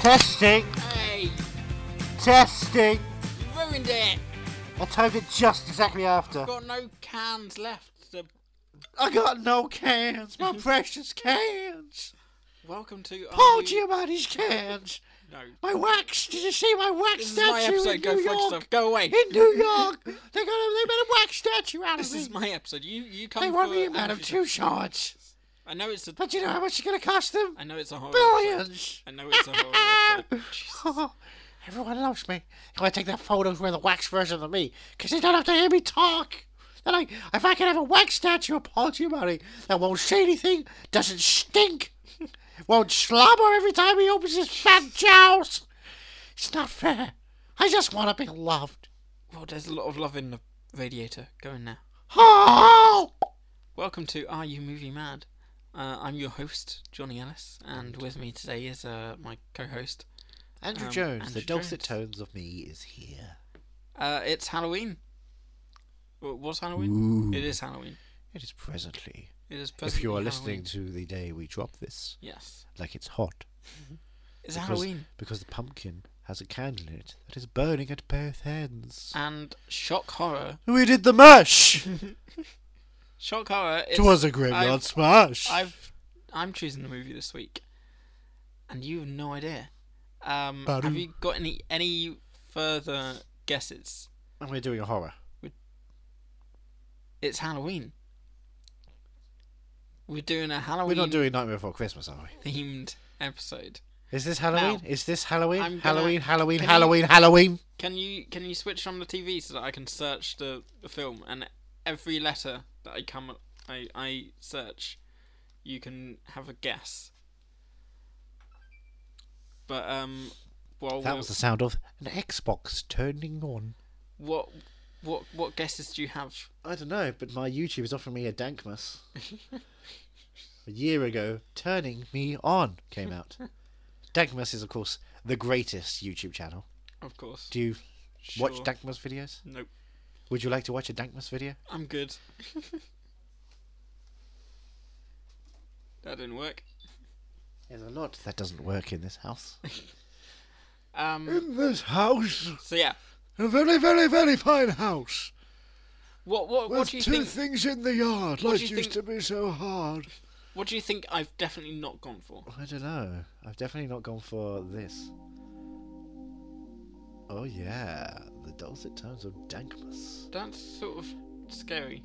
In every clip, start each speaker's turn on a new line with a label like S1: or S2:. S1: Testing,
S2: Hey,
S1: testing.
S2: ruined it.
S1: I timed it just exactly after.
S2: Got no cans left. So
S1: I got no cans, my precious cans.
S2: welcome to. Are
S1: Oh,
S2: You-
S1: Giamatti's cans.
S2: No,
S1: My wax. Did you see my wax
S2: this is
S1: statue
S2: my
S1: in
S2: episode. Go
S1: New
S2: fudge
S1: York?
S2: stuff. Go away.
S1: In New York, they got a, they made a wax statue out of
S2: This
S1: me.
S2: is my episode. You you come.
S1: they want
S2: for
S1: me, madam,
S2: anarchism.
S1: two shots.
S2: I know it's a.
S1: But you know how much it's gonna cost them?
S2: I know it's a horror. episode.
S1: Billions.
S2: I know it's a horror. episode. Jesus.
S1: Everyone loves me. I'm gonna take their photos with a wax version of me, 'cause they don't have to hear me talk. They're like, if I can have a wax statue of Paul Giamatti that won't say anything, doesn't stink, won't slobber every time he opens his fat jaws. It's not fair. I just want to be loved.
S2: Well, there's a lot of love in the radiator. Go in now.
S1: Oh!
S2: Welcome to Are You Movie Mad? Uh, I'm your host, Johnny Ellis, and with me today is uh, my co-host.
S3: Andrew
S2: Um,
S3: Jones,
S2: Andrew
S3: the dulcet
S2: Jones.
S3: tones of me is here.
S2: Uh, it's Halloween. Wh- What's Halloween? It is Halloween.
S3: It is presently.
S2: It
S3: If
S2: is.
S3: you
S2: presently
S3: are
S2: Halloween.
S3: listening to the day we drop this,
S2: Yes.
S3: like it's hot.
S2: It's
S3: because-
S2: Halloween.
S3: Because the pumpkin has a candle in it that is burning at both ends.
S2: And shock horror.
S3: we did the mash!
S2: Shock horror is.
S3: it was a graveyard
S2: I've-
S3: smash!
S2: I've. I'm choosing the movie this week, and you have no idea. Um, have
S3: Baru.
S2: you got any any further guesses?
S3: and we're doing a horror.
S2: It's Halloween. We're doing a Halloween
S3: We're not doing Nightmare Before Christmas, are we?
S2: themed episode.
S3: Is this Halloween?
S2: Now,
S3: is this Halloween?
S2: I'm gonna-
S3: Halloween, Halloween,
S2: can you-
S3: Halloween, Halloween!
S2: Can you can you switch from the TV so that I can search the, the film and every letter that I come I I search, you can have a guess. But um, well,
S3: That was the sound of an Xbox turning on.
S2: what what what guesses do you have?
S3: I don't know, but my YouTube is offering me a Dankmas. a year ago, Turning Me On came out. Dankmas is, of course, the greatest YouTube channel.
S2: Of course.
S3: Do you watch
S2: Sure.
S3: Dankmas videos?
S2: Nope.
S3: Would you like to watch a Dankmas video?
S2: I'm good. that didn't work.
S3: There's a lot that doesn't work in this house.
S2: Um.
S3: in this house!
S2: So yeah.
S3: A very, very, very fine house!
S2: What what what do you think?
S3: things in the yard,
S2: do life you used think-
S3: to be so hard.
S2: What do you think? I've definitely not gone for.
S3: I don't know. I've definitely not gone for this. Oh yeah, the dulcet tones of Dankmas.
S2: That's sort of scary.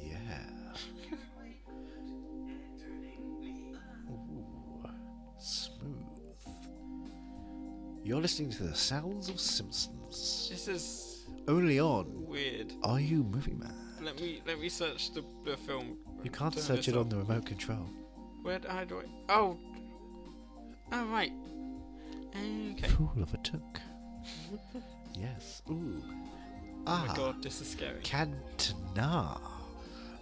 S3: Yeah. Ooh, smooth. You're listening to the sounds of Simpsons.
S2: This is
S3: Only on
S2: weird.
S3: Are You Movie Man?
S2: Let me let me search the, the film.
S3: You can't
S2: Turn
S3: search
S2: this
S3: it on
S2: up.
S3: the remote control.
S2: Where do I do it? Oh. Oh right. Okay.
S3: Fool of a took. yes. Ooh.
S2: Oh
S3: Ah.
S2: my god, this is scary.
S3: Cantina.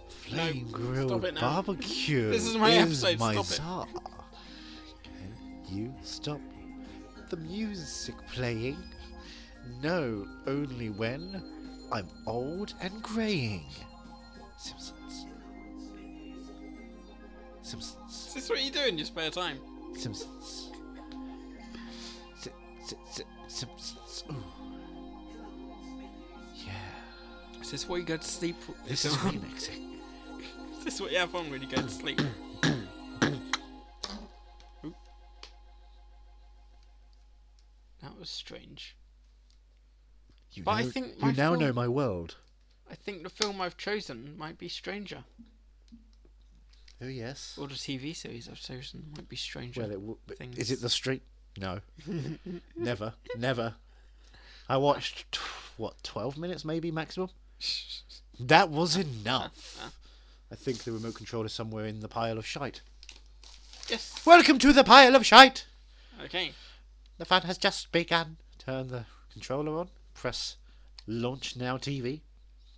S3: Flame
S2: stop it
S3: grilled
S2: now.
S3: barbecue.
S2: This is my episode,
S3: my
S2: stop
S3: czar. Can you stop the music playing? No, only when I'm old and graying. Simpsons. Simpsons.
S2: Is this what you do in your spare time?
S3: Simpsons. Si- si- si- Simpsons. Ooh. Yeah.
S2: Is this what you go to sleep? with?
S3: This is remixing.
S2: Is this what you have on when you go to sleep? Oop. that was strange.
S3: You
S2: But I
S3: now,
S2: think
S3: you
S2: my
S3: now know
S2: film-
S3: my world.
S2: I think the film I've chosen might be Stranger,
S3: Oh yes.
S2: or the TV series I've chosen might be Stranger.
S3: Well, it w- but is
S2: things.
S3: it the street? No, never, never. I watched t- what twelve minutes, maybe maximum. That was enough. I think the remote control is somewhere in the pile of shite.
S2: yes.
S3: Welcome to the pile of shite.
S2: Okay.
S3: The fun has just begun. Turn the controller on. Press launch now TV.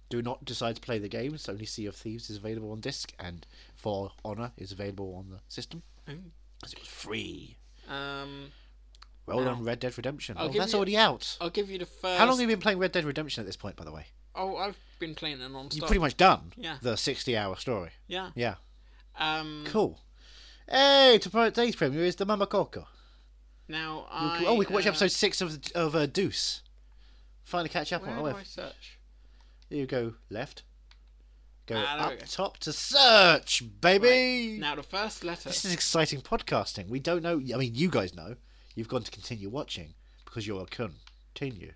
S3: Do not decide to play the games. Only Sea of Thieves is available on disc, and For Hmm? Honor is available on the system.
S2: Um,
S3: because it was free.
S2: Um,
S3: Roll
S2: now.
S3: on Red Dead Redemption.
S2: I'll
S3: Oh,
S2: give
S3: that's
S2: you-
S3: already out.
S2: I'll give you the first.
S3: How long have you been playing Red Dead Redemption at this point, by the way?
S2: Oh, I've been playing it non-stop.
S3: You've pretty much done
S2: Yeah.
S3: the 60 hour story.
S2: Yeah.
S3: Yeah.
S2: Um.
S3: Cool. Hey, tomorrow- today's premiere is the Mama Coco.
S2: Now
S3: You
S2: I.
S3: can- oh, we can watch
S2: uh,
S3: episode 6 of, of uh, Deuce. Finally catch up
S2: Where
S3: on oh,
S2: do
S3: it.
S2: I search?
S3: You go left. Go
S2: Ah, there we
S3: up
S2: go.
S3: top to search, baby.
S2: Now the first letter.
S3: This is exciting podcasting. We don't know. I mean, you guys know. You've gone to continue watching because you're a continue.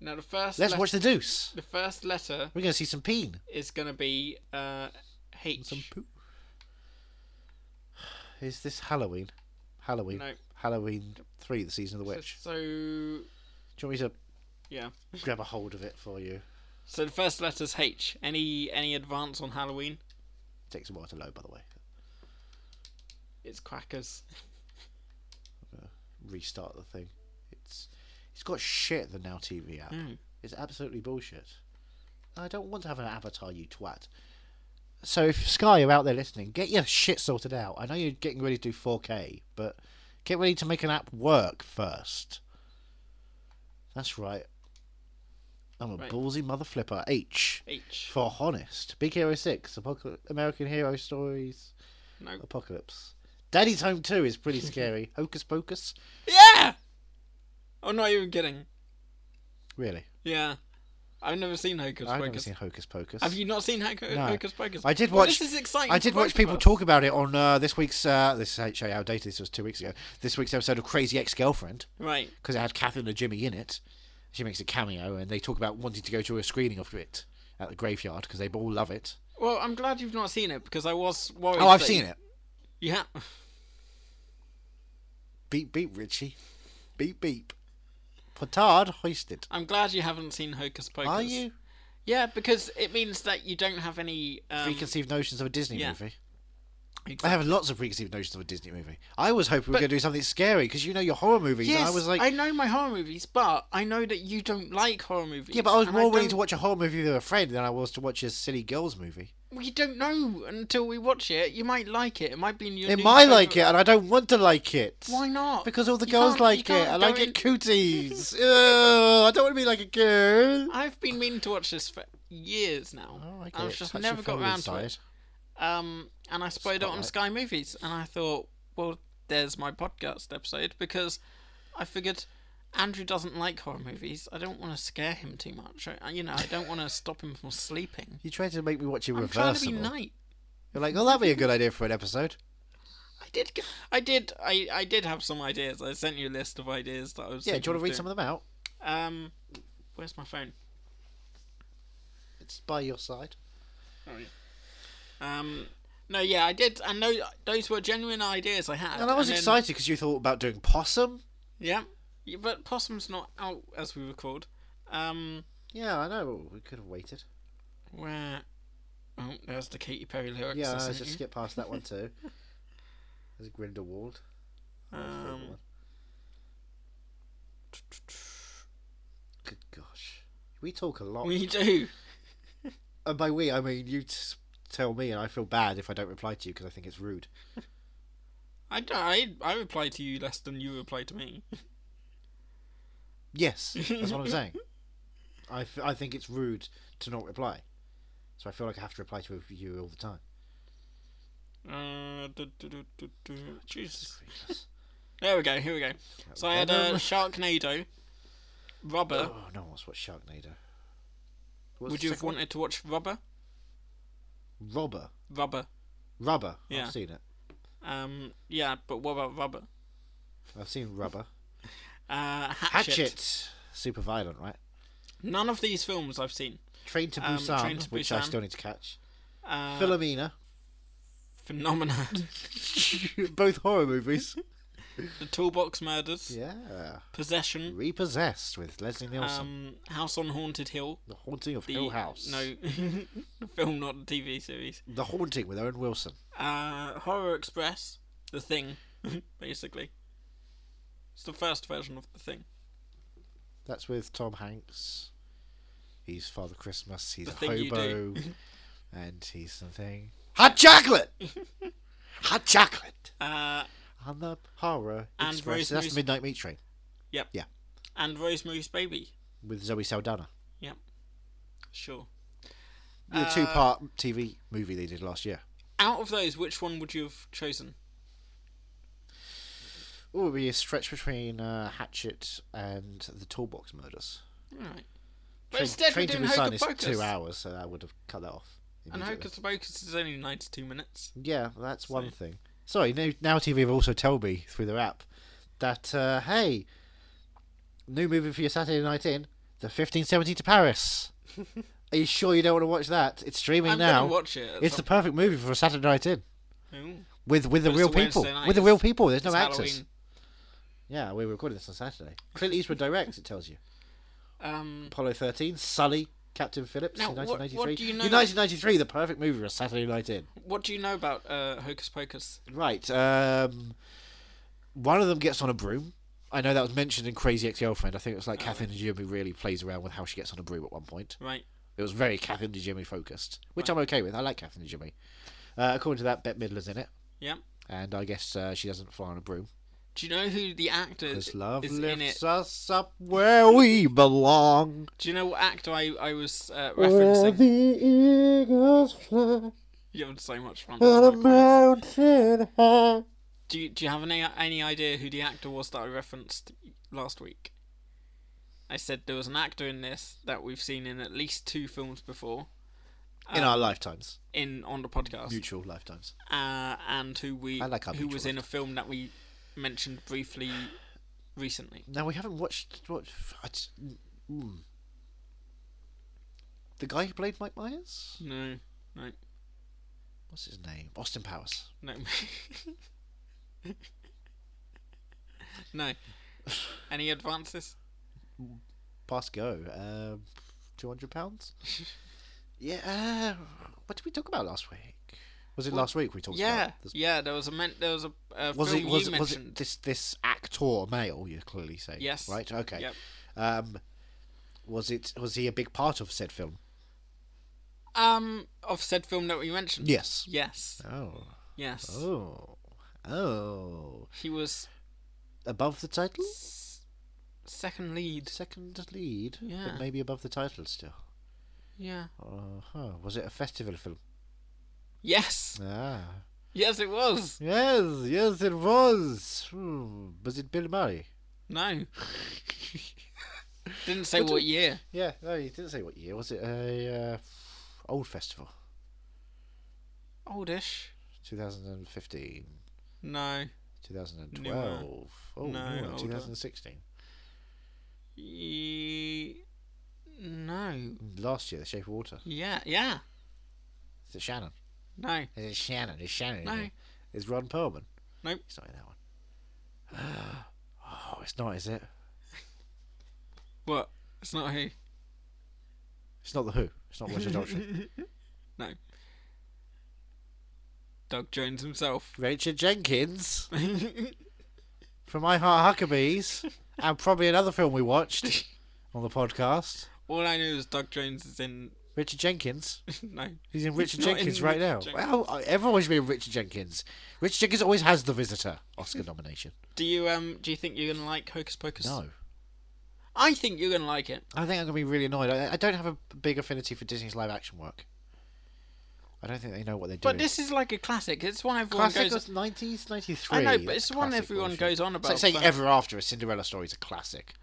S2: Now the first.
S3: Let's
S2: let-
S3: watch the Deuce.
S2: The first letter
S3: We're going to see some peen.
S2: is gonna be uh H.
S3: Some poo. Is this Halloween? Halloween.
S2: No.
S3: Halloween 3, the season of the
S2: So-
S3: witch.
S2: So,
S3: Do you want me
S2: yeah.
S3: to grab a hold of it for you?
S2: So the first letter's H. Any any advance on Halloween?
S3: takes a while to load, by the way.
S2: It's crackers.
S3: Restart the thing. It's it's got shit the Now TV app.
S2: Mm.
S3: It's absolutely bullshit. I don't want to have an avatar, you twat. So if Sky are out there listening, get your shit sorted out. I know you're getting ready to do 4K, but get ready to make an app work first. That's right. I'm a
S2: Right.
S3: ballsy mother flipper. H
S2: H.
S3: for honest. Big Hero Six, Apocalypse, American Hero Stories,
S2: No.
S3: Apocalypse. Daddy's Home Two is pretty scary. Hocus Pocus,
S2: Yeah. I'm not even kidding.
S3: really?
S2: Yeah. I've never seen Hocus
S3: I've never
S2: Pocus.
S3: seen Hocus Pocus.
S2: Have you not seen Hoc-
S3: No.
S2: Hocus Pocus?
S3: I did
S2: Well,
S3: watch.
S2: this is exciting.
S3: I
S2: for
S3: did
S2: both
S3: watch
S2: of
S3: people
S2: us.
S3: talk about it on uh, this week's. Uh, this is show you how dated this was two weeks ago. This week's episode of Crazy Ex-Girlfriend
S2: Right.
S3: because it had Catherine and Jimmy in it. She makes a cameo, and they talk about wanting to go to a screening of it at the graveyard because they all love it.
S2: Well, I'm glad you've not seen it because I was worried.
S3: Oh, I've
S2: that
S3: seen
S2: you-
S3: it.
S2: Yeah.
S3: Beep beep, Richie. Beep beep. Petard hoisted.
S2: I'm glad you haven't seen Hocus Pocus.
S3: Are you?
S2: Yeah, because it means that you don't have any. Um,
S3: preconceived notions of a Disney
S2: yeah.
S3: movie. I
S2: exact-
S3: have lots of preconceived notions of a Disney movie. I was hoping we were
S2: But-
S3: going to do something scary because you know your horror movies. and
S2: Yes,
S3: I was like,
S2: I know my horror movies, but I know that you don't like horror movies.
S3: yeah, but I was
S2: and
S3: more willing to
S2: don't-
S3: watch a horror movie with a friend than I was to watch a silly girls movie.
S2: Well, you don't know until we watch it. You might like it. It might be in your.
S3: It
S2: new
S3: might
S2: favourite-
S3: like it, and I don't want to like it.
S2: Why not?
S3: Because all the
S2: You
S3: girls
S2: can't- you
S3: like it,
S2: can't
S3: and
S2: go
S3: I get
S2: in-
S3: cooties. Ew, I don't want to be like a girl.
S2: I've been meaning to watch this for years now.
S3: Oh, I get
S2: I've
S3: it.
S2: just
S3: Touch your
S2: never got
S3: phone
S2: around
S3: inside.
S2: to it. Um, and I spied it on
S3: Spotlight.
S2: Sky Movies, and I thought, well, there's my podcast episode because I figured Andrew doesn't like horror movies. I don't want to scare him too much. I, you know, I don't want to stop him from sleeping.
S3: You tried to make me watch a
S2: I'm trying to be
S3: reversible.
S2: nice.
S3: You're like, oh, that'd be a good idea for an episode.
S2: I did. g- I did. I, I did have some ideas. I sent you a list of ideas that I was.
S3: Yeah, do you want to read some of them out?
S2: them? Um, where's my phone?
S3: It's by your side.
S2: Oh yeah. Um. No, yeah, I did, and those those were genuine ideas I had.
S3: And I was
S2: then-
S3: excited because you thought about doing possum.
S2: Yeah. yeah, but Possum's not out as we record. Um,
S3: Yeah, I know. We could have waited.
S2: where? Oh, there's the Katy Perry lyrics.
S3: Yeah,
S2: I
S3: I
S2: sent
S3: just
S2: you.
S3: skip past that one too. There's Grindelwald. That's the other
S2: Um,
S3: one. Good gosh. We talk a lot.
S2: we do.
S3: and by we, I mean you t- tell me, and I feel bad if I don't reply to you because I think it's rude.
S2: I don't. I, I reply to you less than you reply to me.
S3: Yes, that's what I'm saying. I, f- I think it's rude to not reply. So I feel like I have to reply to you all the time.
S2: Uh, du- du- du- du- du- Jesus.
S3: Jesus.
S2: There we go. Here we go. So I had a
S3: Venom.
S2: Sharknado. Rubber.
S3: Oh, no one wants to watch Sharknado. What's
S2: Would
S3: the
S2: you have
S3: second one?
S2: wanted to watch Rubber?
S3: Robber?
S2: Rubber.
S3: Rubber.
S2: Yeah.
S3: I've seen it.
S2: Um. Yeah, but what about Rubber?
S3: I've seen Rubber.
S2: Uh, Hatchet.
S3: Hatchet. Super violent, right?
S2: None of these films I've seen.
S3: Train to
S2: Um,
S3: Busan,
S2: Train to
S3: which I
S2: Busan.
S3: still need to catch.
S2: Uh,
S3: Philomena.
S2: Phenomena.
S3: Both horror movies.
S2: the Toolbox Murders.
S3: yeah.
S2: Possession.
S3: Repossessed with Leslie Nielsen.
S2: Um, House on Haunted Hill.
S3: the Haunting of
S2: The,
S3: Hill House.
S2: No, the film, not the TV series.
S3: The Haunting with Owen Wilson.
S2: Uh, Horror Express. The Thing, basically. It's the first version of The Thing.
S3: That's with Tom Hanks. He's Father Christmas. He's
S2: The
S3: a
S2: thing you
S3: hobo. and he's something. Hot chocolate! Hot chocolate!
S2: Uh,
S3: on the Horror
S2: And
S3: Express. That's
S2: Rosemary's-
S3: Midnight Meat Train
S2: Yep.
S3: Yeah.
S2: And Rosemary's Baby.
S3: with Zoe Saldana.
S2: Yep. Sure.
S3: The
S2: Uh,
S3: two-part TV movie they did last year.
S2: Out of those, which one would you have chosen?
S3: Ooh, it would be a stretch between uh, Hatchet and the Toolbox Murders.
S2: All right. But
S3: Train,
S2: instead,
S3: Train
S2: we're
S3: to
S2: doing
S3: Busan
S2: Hocus
S3: is
S2: Pocus.
S3: two hours, so I would have cut that off.
S2: And
S3: immediately.
S2: Hocus Pocus is only 92 minutes.
S3: Yeah, that's one thing. Sorry, now, now TV have also told me through their app that uh, hey, new movie for your Saturday night in the fifteen seventy to Paris. Are you sure you don't want to watch that? It's streaming
S2: I'm
S3: now.
S2: gonna watch it. at
S3: it's the
S2: some-
S3: perfect movie for a Saturday night in
S2: Ooh,
S3: with with the
S2: But it's
S3: real
S2: a Wednesday
S3: people.
S2: night,
S3: With the
S2: it's-
S3: real people. There's no
S2: it's
S3: actors.
S2: Halloween.
S3: Yeah, we're recording this on Saturday. Clint Eastwood directs. It tells you
S2: Um,
S3: Apollo thirteen, Sully, Captain Phillips
S2: Now,
S3: in
S2: what- what
S3: 1993.
S2: do you know-
S3: In 1993, the perfect movie for a Saturday night in.
S2: what do you know about uh, Hocus Pocus?
S3: Right. Um, one of them gets on a broom. I know that was mentioned in Crazy Ex-Girlfriend. I think it was like Kathleen and Jimmy really plays around with how she gets on a broom at one point.
S2: Right.
S3: It was very Kathleen and Jimmy focused, which I'm okay with. I like Kathleen and Jimmy. Uh, according to that, Bette Midler's in it,
S2: Yeah.
S3: and I guess uh, she doesn't fly on a broom.
S2: Do you know who the actor is,
S3: Because love
S2: is in it?
S3: lifts us up where we belong.
S2: Do you know what actor I, I was uh,
S3: Where
S2: referencing?
S3: the eagles fly
S2: You're having so much fun.
S3: on a
S2: with my-
S3: mountain high.
S2: Do you, do you have any any idea who the actor was that I referenced last week? I said there was an actor in this that we've seen in at least two films before
S3: In
S2: Ah.
S3: our lifetimes,
S2: in on the podcast,
S3: mutual lifetimes.
S2: uh, and who we
S3: I like our
S2: who was
S3: mutual
S2: in a film that we mentioned briefly recently.
S3: Now we haven't watched what I just- mm. the guy who played Mike Myers.
S2: No, no,
S3: What's his name? Austin Powers.
S2: no, no. Any advances?
S3: Pass go. Um, Two hundred pounds. yeah. Uh, what did we talk about last week? Was it last week we talked
S2: Yeah,
S3: about? this-
S2: yeah. There was a men- there was a, a
S3: Was
S2: film
S3: it was
S2: you
S3: it, was
S2: mentioned.
S3: it this this actor male? You clearly say
S2: Yes.
S3: Right. Okay.
S2: Yep.
S3: Um, was it was he a big part of said film?
S2: Um, of said film that we mentioned.
S3: Yes.
S2: Yes.
S3: Oh.
S2: Yes.
S3: Oh. Oh.
S2: He was
S3: Above the title.
S2: second lead.
S3: second lead,
S2: Yeah.
S3: but maybe above the title still.
S2: Yeah.
S3: Uh huh. Was it a festival film?
S2: Yes.
S3: Ah.
S2: Yes, it was.
S3: Yes, yes, it was. Hmm. Was it Bill Murray?
S2: No. Didn't say what year.
S3: Yeah, no, you didn't say what year. Was it a uh, old festival?
S2: Oldish.
S3: 2015,
S2: No.
S3: 2012. Oh,
S2: No,
S3: newer,
S2: older.
S3: 2016.
S2: Ye- No.
S3: Last year, The Shape of Water.
S2: Yeah. Yeah.
S3: Is it Shannon?
S2: No.
S3: Is it Shannon? Is Shannon? in
S2: No.
S3: it? Is Ron Perlman?
S2: Nope.
S3: It's not in that one. oh, it's not, is it?
S2: What? It's not who.
S3: It's not The Who. It's not Roger Daltrey.
S2: No. Doug Jones himself.
S3: Rachel Jenkins. from My Heart Huckabees, and probably another film we watched on the podcast.
S2: All I knew was Doug Jones is in.
S3: Richard Jenkins.
S2: no.
S3: He's in Richard
S2: not in
S3: Jenkins right
S2: Richard
S3: now.
S2: Jenkins.
S3: Well, I- everyone should be in Richard Jenkins. Richard Jenkins always has the visitor Oscar nomination.
S2: Do you um? Do you think you're gonna like Hocus Pocus?
S3: No.
S2: I think you're gonna like it.
S3: I think I'm going to be really annoyed. I, I don't have a big affinity for Disney's live action work. I don't think they know what they're doing.
S2: But this is like a classic. It's one everyone
S3: classic was
S2: goes.
S3: 90s, 93.
S2: I know, but
S3: That's
S2: it's one
S3: classic
S2: everyone
S3: bullshit.
S2: goes
S3: It's
S2: on about
S3: like saying
S2: for-
S3: Ever After, a Cinderella story is a classic.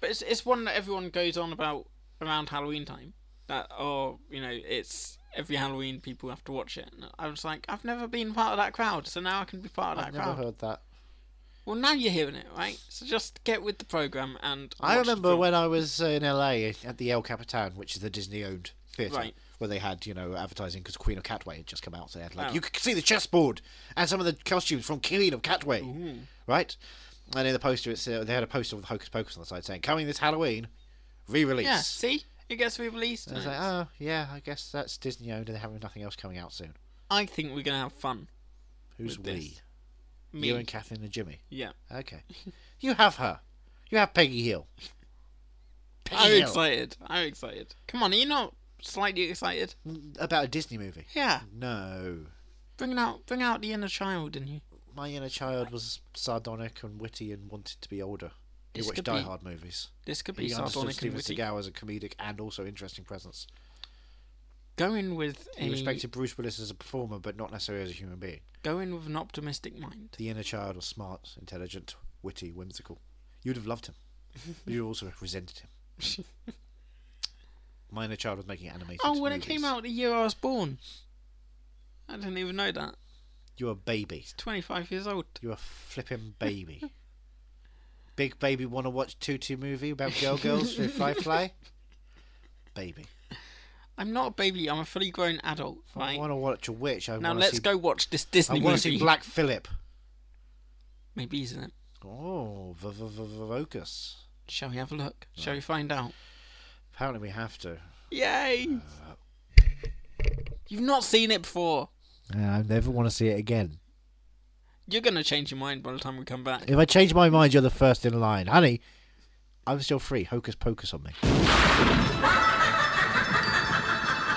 S2: But it's it's one that everyone goes on about around Halloween time. That or you know it's every Halloween people have to watch it. And I was like, I've never been part of that crowd, so now I can be part of
S3: I've
S2: that
S3: never
S2: crowd.
S3: heard that.
S2: Well, now you're hearing it, right? So just get with the program and.
S3: I
S2: watch the
S3: remember
S2: film.
S3: when I was uh, in LA at the El Capitan, which is the Disney-owned theater,
S2: Right.
S3: where they had you know advertising because Queen of Catway had just come out. So they had like
S2: Oh.
S3: you could see the chessboard and some of the costumes from Queen of Catway, right? And in the poster, it's uh, they had a poster with Hocus Pocus on the side saying "Coming this Halloween, re-release."
S2: Yeah. See, it gets re-released.
S3: And I was
S2: now.
S3: like, oh yeah, I guess that's Disney-owned and they have nothing else coming out soon.
S2: I think we're gonna have fun.
S3: Who's
S2: With
S3: we?
S2: this. Me.
S3: You and Kathleen and Jimmy.
S2: Yeah.
S3: Okay, you have her. You have Peggy Hill.
S2: I'm
S3: Peggy Hill.
S2: excited. I'm excited. Come on, are you not slightly excited?
S3: About a Disney movie.
S2: Yeah.
S3: No.
S2: Bring out, bring out the inner child in you.
S3: my inner child was sardonic and witty and wanted to be older. He
S2: This
S3: watched
S2: could
S3: Die
S2: be-
S3: Hard movies.
S2: This could be
S3: He understood
S2: sardonic and
S3: Steven
S2: witty.
S3: Seagal as a comedic and also interesting presence.
S2: Going with
S3: He
S2: a
S3: respected Bruce Willis as a performer, but not necessarily as a human being.
S2: going with an optimistic mind.
S3: The inner child was smart, intelligent, witty, whimsical. You'd have loved him. but you also resented him. My inner child was making animated.
S2: Oh, when it
S3: movies.
S2: came out the year I was born. I didn't even know that.
S3: you're a baby.
S2: Twenty five years old.
S3: You're a flipping baby. Big baby want to watch tutu movie about girl girls who fly fly. Baby,
S2: I'm not a baby. I'm a fully grown adult.
S3: I
S2: Right
S3: want to watch a witch. I
S2: now,
S3: wanna
S2: let's
S3: see,
S2: go watch this
S3: I
S2: Disney
S3: want to
S2: movie.
S3: see Black Phillip.
S2: Maybe isn't it?
S3: Oh, v- v- v- v- Vocus.
S2: Shall we have a look? Shall we find out?
S3: Uh, Apparently, we have to.
S2: Yay! You've not seen it before.
S3: I never want to see it again.
S2: You're gonna change your mind by the time we come back.
S3: If I change my mind, you're the first in line. Honey, I'm still free. Hocus pocus on me.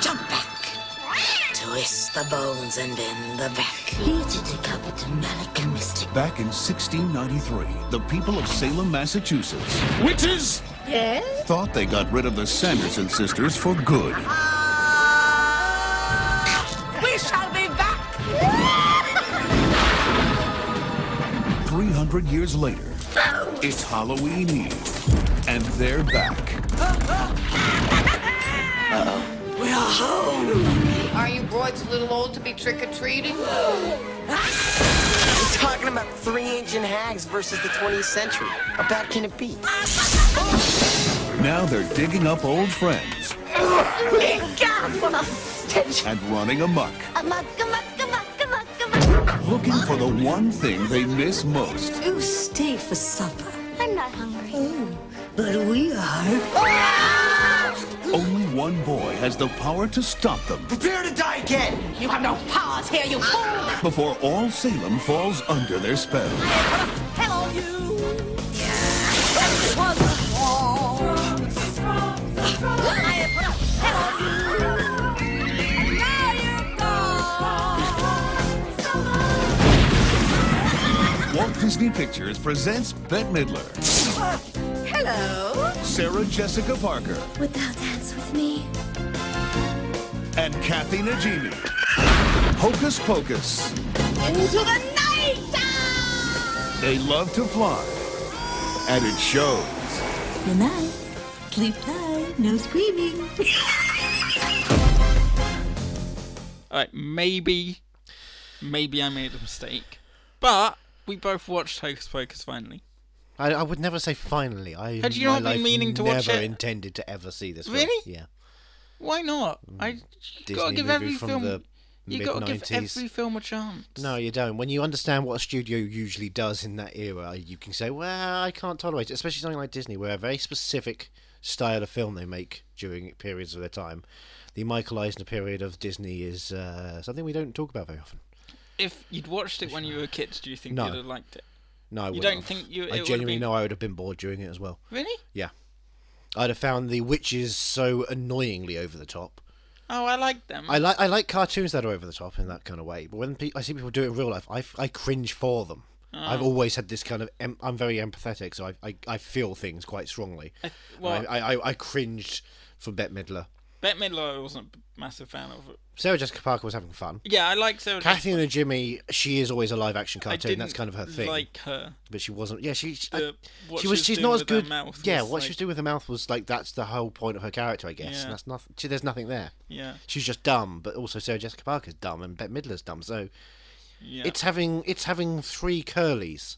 S4: Jump back. Twist the bones and bend the back. Here to discover the American mystic.
S5: Back in 1693, the people of Salem, Massachusetts, witches, thought they got rid of the Sanderson sisters for good.
S4: We shall be back.
S5: 300 years later, it's Halloween Eve, and they're back.
S6: Are you broads a little old to be trick or treating?
S7: We're talking about three ancient hags versus the 20th century. How bad can it be?
S5: Now they're digging up old friends
S4: Me gum. Stench.
S5: and running amok,
S4: Amok, amok, amok, amok, amok.
S5: looking for the one thing they miss most.
S4: You stay for supper. I'm not hungry. but we are.
S5: Only one boy has the power to stop them
S7: Prepare to die again!
S6: You have no powers here, you fool!
S5: before all Salem falls under their spell.
S4: Tell you. That was wrong. I tell you. Now you're gone. So long.
S5: Walt Disney Pictures presents Bette Midler,
S4: Hello.
S5: Sarah Jessica Parker,
S4: Would thou dance with me?
S5: and Kathy Najimy. Hocus Pocus.
S4: Into the night!
S5: They love to fly. And it shows.
S4: Good night. Sleep tight, no screaming.
S2: All right, Uh, maybe, maybe I made a mistake, but we both watched Hocus Pocus finally.
S3: I, I would never say finally. I
S2: Had you
S3: in my
S2: not
S3: life
S2: been meaning to
S3: never
S2: watch it?
S3: intended to ever see this. Film.
S2: Really?
S3: Yeah.
S2: Why not? I you gotta
S3: Disney
S2: give
S3: movie
S2: every
S3: from
S2: film.
S3: the
S2: You gotta give
S3: mid-nineties.
S2: every film a chance.
S3: No, you don't. When you understand what a studio usually does in that era, you can say, "Well, I can't tolerate it." Especially something like Disney, where a very specific style of film they make during periods of their time. The Michael Eisner period of Disney is uh, something we don't talk about very often.
S2: If you'd watched it when you were kids, do you think
S3: No.
S2: you'd have liked it?
S3: No, I wouldn't
S2: don't
S3: have.
S2: think you- it
S3: I
S2: would've
S3: genuinely
S2: been-
S3: know I would have been bored during it as well.
S2: Really?
S3: Yeah, I'd have found the witches so annoyingly over the top.
S2: Oh, I like them.
S3: I like I like cartoons that are over the top in that kind of way. But when pe- I see people do it in real life, I, f- I cringe for them. I've
S2: Oh.
S3: always had this kind of em- I'm very empathetic, so I, I I feel things quite strongly. I,
S2: well-
S3: I, I I cringed for Bette Midler.
S2: Bette Midler, I wasn't a massive fan of.
S3: Sarah Jessica Parker was having fun.
S2: Yeah, I liked Sarah. Jessica-
S3: Kathy and Jimmy, she is always a live action
S2: I
S3: cartoon. That's
S2: didn't
S3: kind of her thing.
S2: Like her.
S3: but she wasn't. Yeah, she she, I-
S2: The- what
S3: she
S2: she
S3: was.
S2: was
S3: She's
S2: doing
S3: not as
S2: with her
S3: good.
S2: mouth
S3: yeah,
S2: was
S3: what she
S2: like-
S3: was doing with her mouth was like that's the whole point of her character, I guess.
S2: Yeah.
S3: And that's nothing. She, there's nothing there.
S2: Yeah.
S3: She's just dumb, but also Sarah Jessica Parker's dumb and Bette Midler's dumb. So
S2: Yeah.
S3: It's having it's having three curlies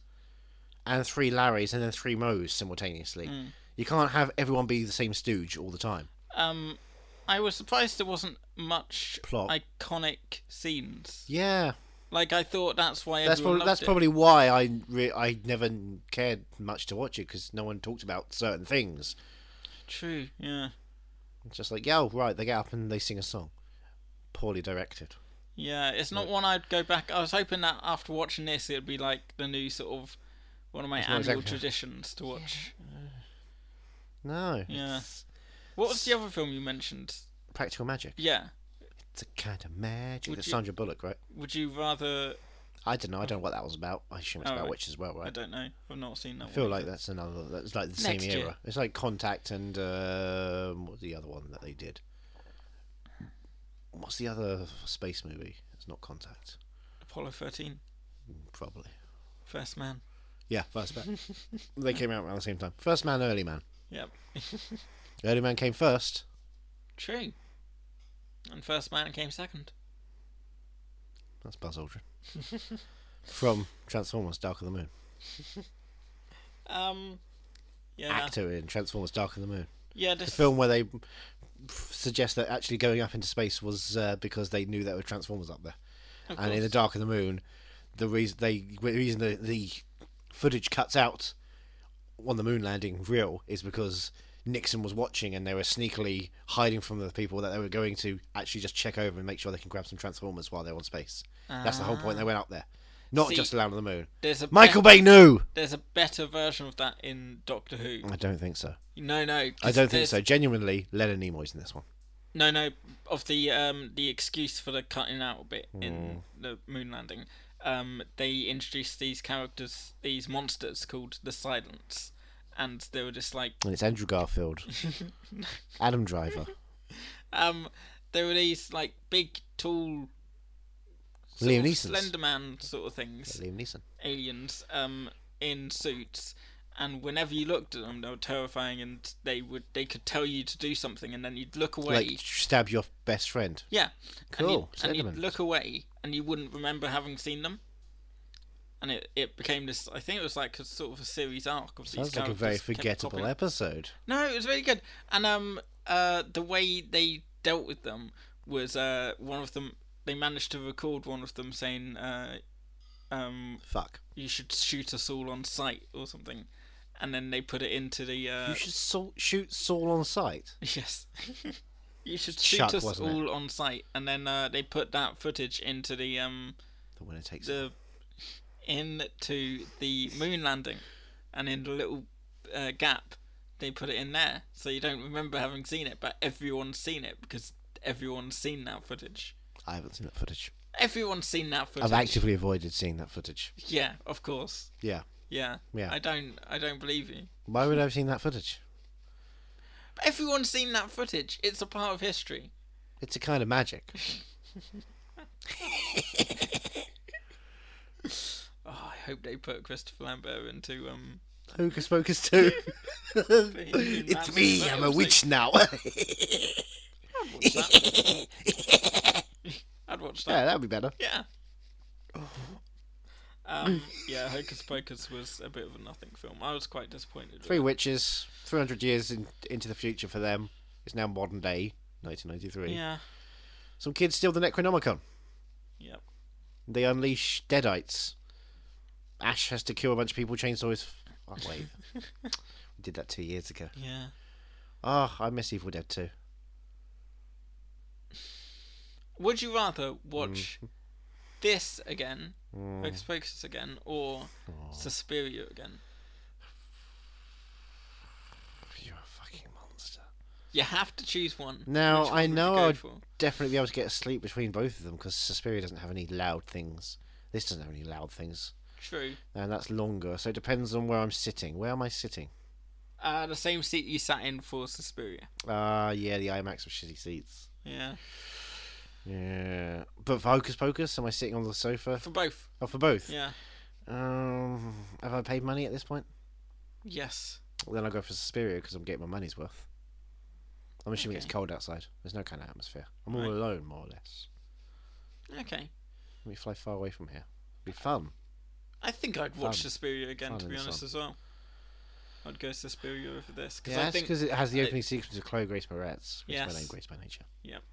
S3: and three Larrys and then three Moes simultaneously.
S2: Mm.
S3: You can't have everyone be the same stooge all the time.
S2: Um, I was surprised there wasn't much
S3: Plot.
S2: iconic scenes.
S3: Yeah,
S2: Like I thought that's why
S3: that's
S2: everyone
S3: probably that's
S2: loved it.
S3: probably why I re- I never n- cared much to watch it because no one talked about certain things.
S2: true. Yeah,
S3: It's just like yeah, oh, right, they get up and they sing a song. Poorly directed.
S2: yeah. It's not one I'd go back. I was hoping that after watching this, it'd be like the new sort of one of my
S3: not
S2: annual
S3: exactly-
S2: traditions to watch.
S3: No.
S2: Yeah.
S3: it's
S2: What was the other film you mentioned?
S3: Practical magic.
S2: Yeah.
S3: It's a kind of magic.
S2: Would
S3: That's
S2: you-
S3: Sandra Bullock, right?
S2: Would you rather?
S3: I don't know. I don't know what that was about. I assume it's
S2: Oh,
S3: about
S2: I-
S3: witches as well, right?
S2: I don't know. I've not seen
S3: I
S2: that
S3: feel
S2: one.
S3: like that's another. That's like
S8: Next
S3: the same
S8: year.
S3: era. It's like Contact and um, what's the other one that they did? What's the other space movie? It's not Contact,
S2: Apollo 13,
S3: probably.
S2: First Man.
S3: Yeah, First Man. they came out around the same time. First Man, Early Man.
S2: Yep.
S3: Early Man came first.
S2: True. And First Man came second.
S3: That's Buzz Aldrin from Transformers: Dark of the Moon.
S2: Um, yeah.
S3: Actor in Transformers: Dark of the Moon.
S2: Yeah, this
S3: Film where they f- suggest that actually going up into space was uh, because they knew there were Transformers up there.
S2: Of
S3: and in the
S2: course.
S3: dark of the moon, the reason they the reason the, the footage cuts out on the moon landing real is because Nixon was watching and they were sneakily hiding from the people that they were going to actually just check over and make sure they can grab some transformers while they're on space. That's the whole point they went up there, not
S2: Ah. See,
S3: just land on the moon.
S2: there's a
S3: Michael
S2: bet-
S3: Bay knew.
S2: There's a better version of that in Doctor Who.
S3: I don't think so.
S2: No, no. 'cause
S3: I don't think
S2: there's-
S3: so. Genuinely, Leonard Nimoy's in this one.
S2: No, no. Of the um, the excuse for the cutting out bit in the moon landing, um, they introduced these characters, these monsters called the Silence, and they were just like,
S3: And it's Andrew Garfield, Adam Driver,
S2: um, they were these like big, tall, sort
S3: Liam
S2: of
S3: Neeson,
S2: Slender Man sort of things,
S3: Liam Neeson.
S2: aliens, um, in suits. And whenever you looked at them, they were terrifying, and they would they could tell you to do something, and then you'd look away.
S3: Like stab your best friend.
S2: Yeah.
S3: Cool.
S2: And, you'd, and
S3: Cinnamon.
S2: you'd look away and you wouldn't remember having seen them. And it, it became this. I think it was like a sort of a series arc of these
S3: Sounds like a very
S2: characters kept
S3: forgettable
S2: popping up.
S3: episode.
S2: No, it was really good. And um, uh, the way they dealt with them was uh, one of them. They managed to record one of them saying, uh, um,
S3: Fuck.
S2: "You should shoot us all on sight" or something. And then they put it into the. Uh,
S3: You should Saul, shoot Saul on sight.
S2: Yes. you should shoot
S3: Chuck,
S2: us
S3: wasn't it?
S2: all on site, and then uh, they put that footage into the um
S3: The winner takes it.
S2: the into the moon landing, and in the little uh, gap they put it in there, so you don't remember having seen it, but everyone's seen it because everyone's seen that footage.
S3: I haven't seen that footage.
S2: Everyone's seen that footage.
S3: I've actively avoided seeing that footage.
S2: Yeah, of course.
S3: Yeah.
S2: Yeah.
S3: Yeah.
S2: I don't. I don't believe you.
S3: Why would I have seen that footage?
S2: But everyone's seen that footage. It's a part of history.
S3: It's a kind of magic.
S2: Oh, I hope they put Christopher Lambert into um.
S3: Hocus Pocus 2.
S2: it's
S3: it's me, I'm a witch now.
S2: I'd watch
S3: yeah,
S2: that.
S3: that'd be better.
S2: Yeah. Um, yeah, Hocus Pocus was a bit of a nothing film. I was quite disappointed. with
S3: Three
S2: it.
S3: witches, 300 years in, into the future for them. It's now modern day, 1993.
S2: Yeah.
S3: Some kids steal the Necronomicon.
S2: Yep.
S3: They unleash deadites. Ash has to kill a bunch of people, chainsaw his. Oh, wait. we did that two years ago.
S2: Yeah.
S3: Ah, I miss Evil Dead 2.
S2: Would you rather watch this again, Hocus Pocus again, or Suspiria again?
S3: You're a fucking monster.
S2: You have to choose one.
S3: Now,
S2: Which one
S3: I
S2: would you
S3: know
S2: go
S3: I'd
S2: for?
S3: definitely be able to get asleep between both of them because Suspiria doesn't have any loud things. This doesn't have any loud things.
S2: True.
S3: And that's longer, so it depends on where I'm sitting. Where am I sitting?
S2: Uh, the same seat you sat in for Suspiria.
S3: Ah, yeah, the IMAX with shitty seats.
S2: Yeah.
S3: Yeah. But for Hocus Pocus, am I sitting on the sofa?
S2: For both.
S3: Oh, for both?
S2: Yeah.
S3: Um, have I paid money at this point?
S2: Yes.
S3: Then I'll go for Suspiria because I'm getting my money's worth. I'm assuming it's cold outside. There's no kind of atmosphere. I'm all alone, more or less.
S2: Okay.
S3: Let me fly far away from here. Be fun.
S2: I think I'd watch
S3: Fun.
S2: Suspiria again,
S3: Fun
S2: to be
S3: and
S2: honest,
S3: fun.
S2: as well. I'd go Suspiria over this because
S3: Yeah,
S2: I
S3: that's
S2: think.
S3: because it has the
S2: I-
S3: opening sequence of Chloe Grace Moretz, which is
S2: Yes.
S3: my name, Grace by Nature.
S2: Yep.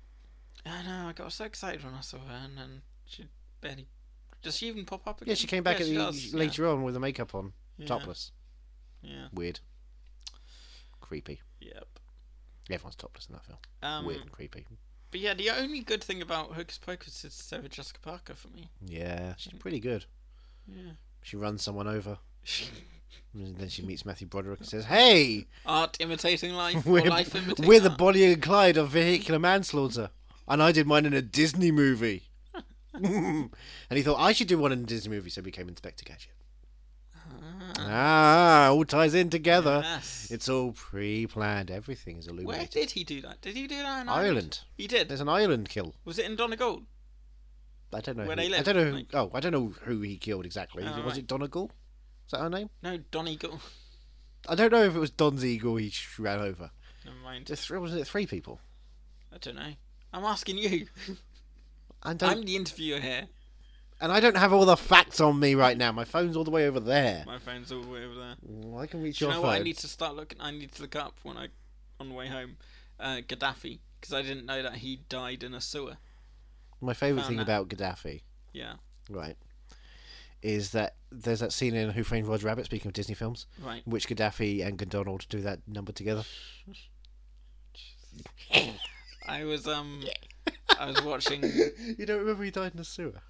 S2: I know. I got so excited when I saw her, and then she barely. Does she even pop up again?
S3: Yeah, she came back at the
S2: does, Mm, yeah.
S3: later on with the makeup on, topless.
S2: Yeah.
S3: Weird, creepy.
S2: Yep.
S3: Everyone's topless in that film.
S2: Um,
S3: Weird and creepy.
S2: But yeah, the only good thing about Hocus Pocus is Sarah Jessica Parker for me.
S3: Yeah, she's pretty good.
S2: Yeah.
S3: She runs someone over. And then she meets Matthew Broderick and says, "Hey,
S2: Art imitating life, or
S3: we're,
S2: life imitating
S3: we're the
S2: art.
S3: Bonnie and Clyde of vehicular manslaughter, and I did mine in a Disney movie." and he thought, I should do one in a Disney movie, so he became Inspector Gadget. Ah, all ties in together.
S2: Yes.
S3: It's all pre planned. Everything is
S2: Where
S3: illuminated.
S2: did he do that? Did he do that in Ireland?
S3: Ireland.
S2: He did.
S3: There's an island kill.
S2: Was it in Donegal?
S3: I don't know.
S2: Where
S3: who,
S2: they
S3: I
S2: live,
S3: don't know. Who,
S2: like-
S3: Oh, I don't know who he killed exactly.
S2: Oh,
S3: was
S2: right.
S3: it Donegal? Is that her name?
S2: No, Donegal.
S3: I don't know if it was Donzeagle he sh- ran over.
S2: Never mind.
S3: Just three- was it three people?
S2: I don't know. I'm asking you.
S3: I don't,
S2: I'm the interviewer here.
S3: and I don't have all the facts on me right now. My phone's all the way over there.
S2: My phone's all the way over there.
S3: Well, I can reach
S2: Do you
S3: your
S2: know
S3: phone.
S2: what? I need to start looking. I need to look up when I, on the way home, uh, Gaddafi, because I didn't know that he died in a sewer.
S3: My favourite thing
S2: that.
S3: about Gaddafi,
S2: Yeah.
S3: right, is that there's that scene in Who Framed Roger Rabbit, speaking of Disney films,
S2: Right.
S3: in which Gaddafi and Donald do that number together.
S2: I was um, I was watching.
S3: You don't remember he died in a sewer?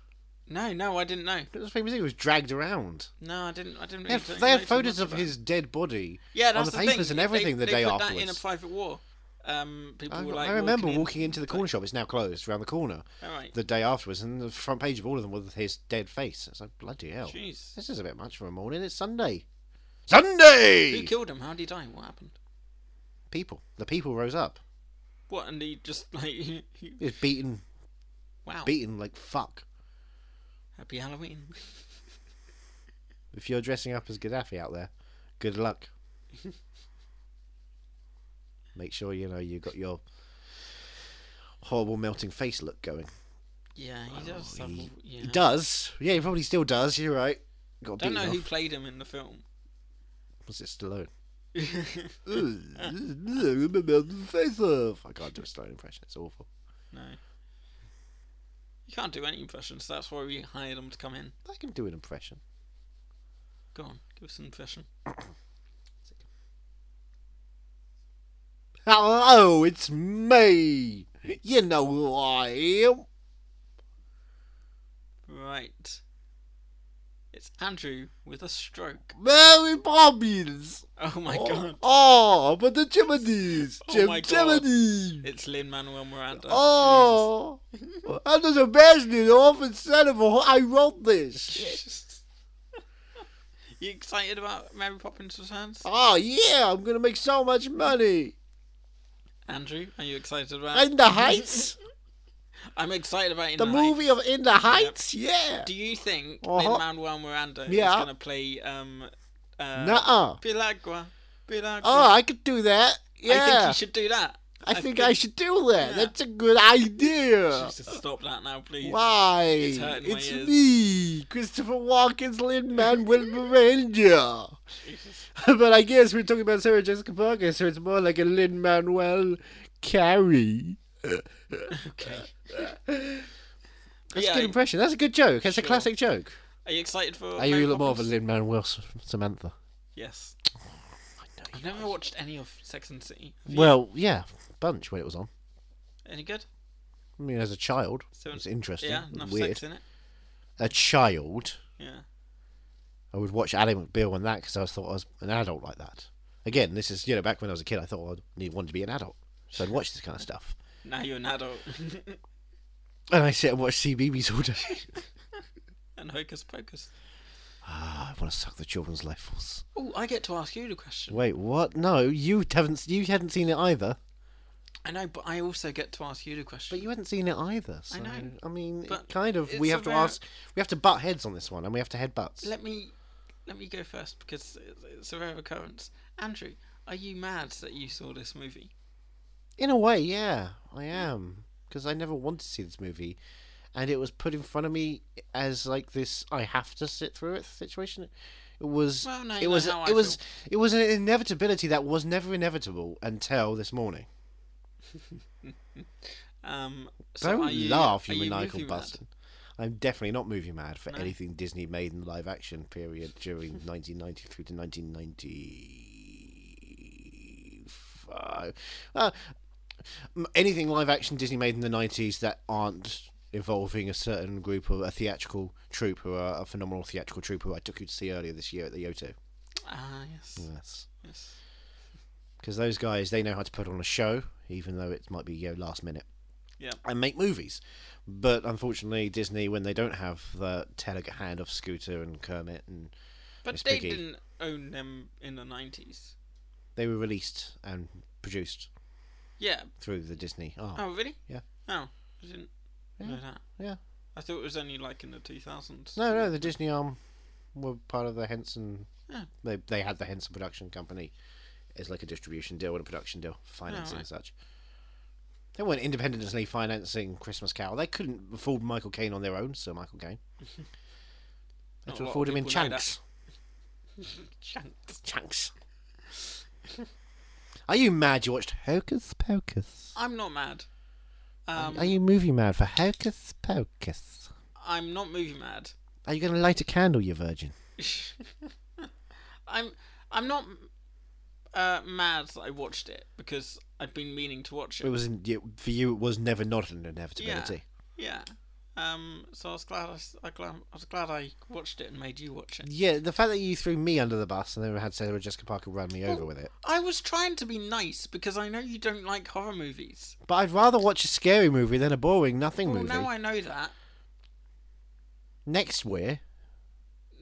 S2: No, no, I didn't know.
S3: It was famous. He was dragged around.
S2: No, I didn't. I didn't.
S3: They
S2: Really
S3: had,
S2: don't
S3: they had
S2: know too
S3: photos
S2: much
S3: of
S2: about it.
S3: his dead body
S2: yeah,
S3: on
S2: that's
S3: the papers
S2: thing.
S3: and everything
S2: they,
S3: the
S2: they
S3: day
S2: put
S3: afterwards.
S2: That in a private war. Um, people
S3: I,
S2: were like.
S3: I remember
S2: walking,
S3: walking, into the corner shop. It's now closed around the corner.
S2: Alright.
S3: The day afterwards, and the front page of all of them was his dead face. It's like bloody hell.
S2: Jeez.
S3: This is a bit much for a morning. It's Sunday. Sunday.
S2: Who killed him? How did he die? What happened?
S3: people. The people rose up.
S2: What? And he just like.
S3: He was beaten,
S2: wow.
S3: beaten like fuck.
S2: Happy Halloween.
S3: If you're dressing up as Gaddafi out there, good luck. Make sure you know you got your horrible melting face look going.
S2: Yeah, he does. have all- yeah.
S3: He does. Yeah, he probably still does. You're right. Got
S2: Don't
S3: beaten
S2: know
S3: off.
S2: who played him in the film.
S3: Was it Stallone? Ugh, face off. I can't do a Stallone impression. It's awful.
S2: No. You can't do any impressions. That's why we hired him to come in.
S3: I can do an impression.
S2: Go on, give us an impression.
S3: Hello, it's me. You know who I am.
S2: Right. It's Andrew with a stroke.
S3: Mary Poppins.
S2: Oh my god.
S3: Oh, but the chimneys.
S2: Oh
S3: Jim
S2: my God.
S3: Chimney.
S2: It's Lin Manuel Miranda.
S3: Oh, that is a bastard off instead of I wrote this.
S2: Jesus. you excited about Mary Poppins Returns?
S3: Oh, yeah, I'm going to make so much money.
S2: Andrew, are you excited about
S3: In the Heights?
S2: I'm excited about In
S3: The movie
S2: Heights.
S3: of In the Heights? Yeah.
S2: Do you think
S3: Uh-huh.
S2: Lin Manuel Miranda
S3: Yeah.
S2: is going to play um, uh,
S3: Nuh-uh.
S2: Pilagua? Pilagua.
S3: Oh, I could do that. Yeah.
S2: I think you should do that.
S3: I think I should do that. That's a good idea.
S2: Just stop that now, please.
S3: Why?
S2: It's hurting my
S3: It's
S2: ears.
S3: me, Christopher Walken's Lin Manuel Miranda. but I guess we're talking about Sarah Jessica Parker, so it's more like a Lin Manuel Carey.
S2: Okay.
S3: That's
S2: Yeah,
S3: a good
S2: I-
S3: impression. That's a good joke. That's a classic joke.
S2: Are you excited for?
S3: Are you a
S2: Mary
S3: lot more of a
S2: Poppins?
S3: Lin Manuel Samantha?
S2: Yes. I've never watched any of Sex and the City. Have you?
S3: Well, yeah, bunch when it was on.
S2: Any good?
S3: I mean, as a child,
S2: Seven-
S3: it was interesting.
S2: Yeah,
S3: it was
S2: enough
S3: weird.
S2: sex in it.
S3: A child.
S2: Yeah.
S3: I would watch Ally McBeal and that because I thought I was an adult like that. Again, this is you know back when I was a kid, I thought I need wanted to be an adult, so I'd watch this kind of stuff.
S2: Now you're an adult.
S3: And I sit and watch CBeebies all day.
S2: and hocus pocus.
S3: I want to suck the children's life force.
S2: Oh, I get to ask you the question.
S3: Wait, what? No, you haven't. You hadn't seen it either.
S2: I know, but I also get to ask you the
S3: But
S2: question.
S3: you hadn't seen it either. So, I
S2: know,
S3: mean, it
S2: but
S3: kind of. We
S2: it's
S3: have to
S2: about-
S3: ask. We have to butt heads on this one, and we have to head butts.
S2: Let me, let me go first because it's- it's a rare occurrence. Andrew, are you mad that you saw this movie?
S3: In a way, yeah,
S2: Mm.
S3: I am because I never wanted to see this movie, and it was put in front of me as like this. I have to sit through it situation. It was.
S2: Well, no, you
S3: it
S2: know
S3: was.
S2: how I
S3: It was. It was an inevitability that was never inevitable until this morning.
S2: Um, so are
S3: Don't
S2: you,
S3: laugh,
S2: are
S3: you, maniacal
S2: movie mad?
S3: bastard. I'm definitely not movie mad for anything Disney made in the live action period during 1993 to 1995. Uh, m- anything live action Disney made in the 90s that aren't involving a certain group of a theatrical troupe who are a phenomenal theatrical troupe who I took you to see earlier this year at the Yoto.
S2: Ah, yes.
S3: Yes.
S2: yes.
S3: Because those guys, they know how to put on a show, even though it might be you know, last minute.
S2: Yeah.
S3: and make movies. But unfortunately, Disney, when they don't have the tele hand of Scooter and Kermit, and
S2: But
S3: Miss
S2: they
S3: Piggy.
S2: didn't own them in the 90s.
S3: they were released and produced
S2: Yeah.
S3: through the Disney arm.
S2: Oh, really?
S3: Yeah.
S2: Oh, I didn't know that.
S3: Yeah.
S2: I thought it was only like in the 2000s.
S3: No, no, the Disney arm were part of the Henson.
S2: Yeah.
S3: They they had the Henson production company as like a distribution deal and a production deal for financing and such. They weren't independently financing Christmas Carol. They couldn't afford Michael Caine on their own, Sir Michael Caine. They had
S2: Not a
S3: to
S2: lot
S3: afford
S2: of
S3: him in
S2: people know that.
S3: chunks.
S2: Chunks.
S3: Chunks. Are you mad you watched Hocus Pocus?
S2: I'm not mad. Um,
S3: Are you movie mad for Hocus Pocus?
S2: I'm not movie mad.
S3: Are you going to light a candle, you virgin?
S2: I'm I'm not uh, mad that I watched it because I'd been meaning to watch it.
S3: It was in, it- for you. It was never not an inevitability.
S2: Yeah. Um, so I was glad I, s- I glad I was glad I watched it and made you watch it.
S3: Yeah, the fact that you threw me under the bus and then had Sarah Jessica Parker run me over with it.
S2: I was trying to be nice because I know you don't like horror movies.
S3: But I'd rather watch a scary movie than a boring nothing
S2: Well,
S3: movie.
S2: now I know that.
S3: Next we're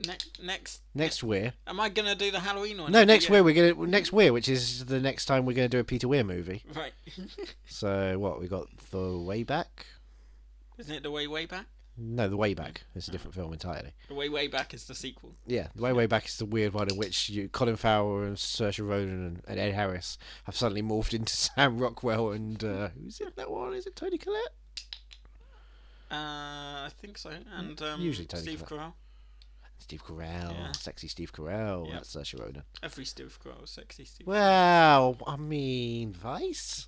S2: Ne- next,
S3: next we're
S2: am I gonna do the Halloween one?
S3: no
S2: for
S3: next
S2: you?
S3: we're we're gonna next we're which is the next time we're gonna do a Peter Weir movie.
S2: Right,
S3: So what we got the way back?
S2: isn't it the way way back?
S3: No, the way back. It's a different film entirely.
S2: The way way back is the sequel.
S3: Yeah, the way way back is the weird one in which you Colin Farrell and Saoirse Ronan and, and Ed Harris have suddenly morphed into Sam Rockwell and uh, who's it that one? Is it Tony Collette?
S2: Uh, I think so. And um,
S3: Mm, Usually Tony
S2: Steve Carell.
S3: Steve Carell,
S2: Yeah.
S3: sexy Steve Carell.
S2: Yep.
S3: That's Saoirse Ronan.
S2: Every Steve Carell, is sexy Steve.
S3: Well, I mean, Vice.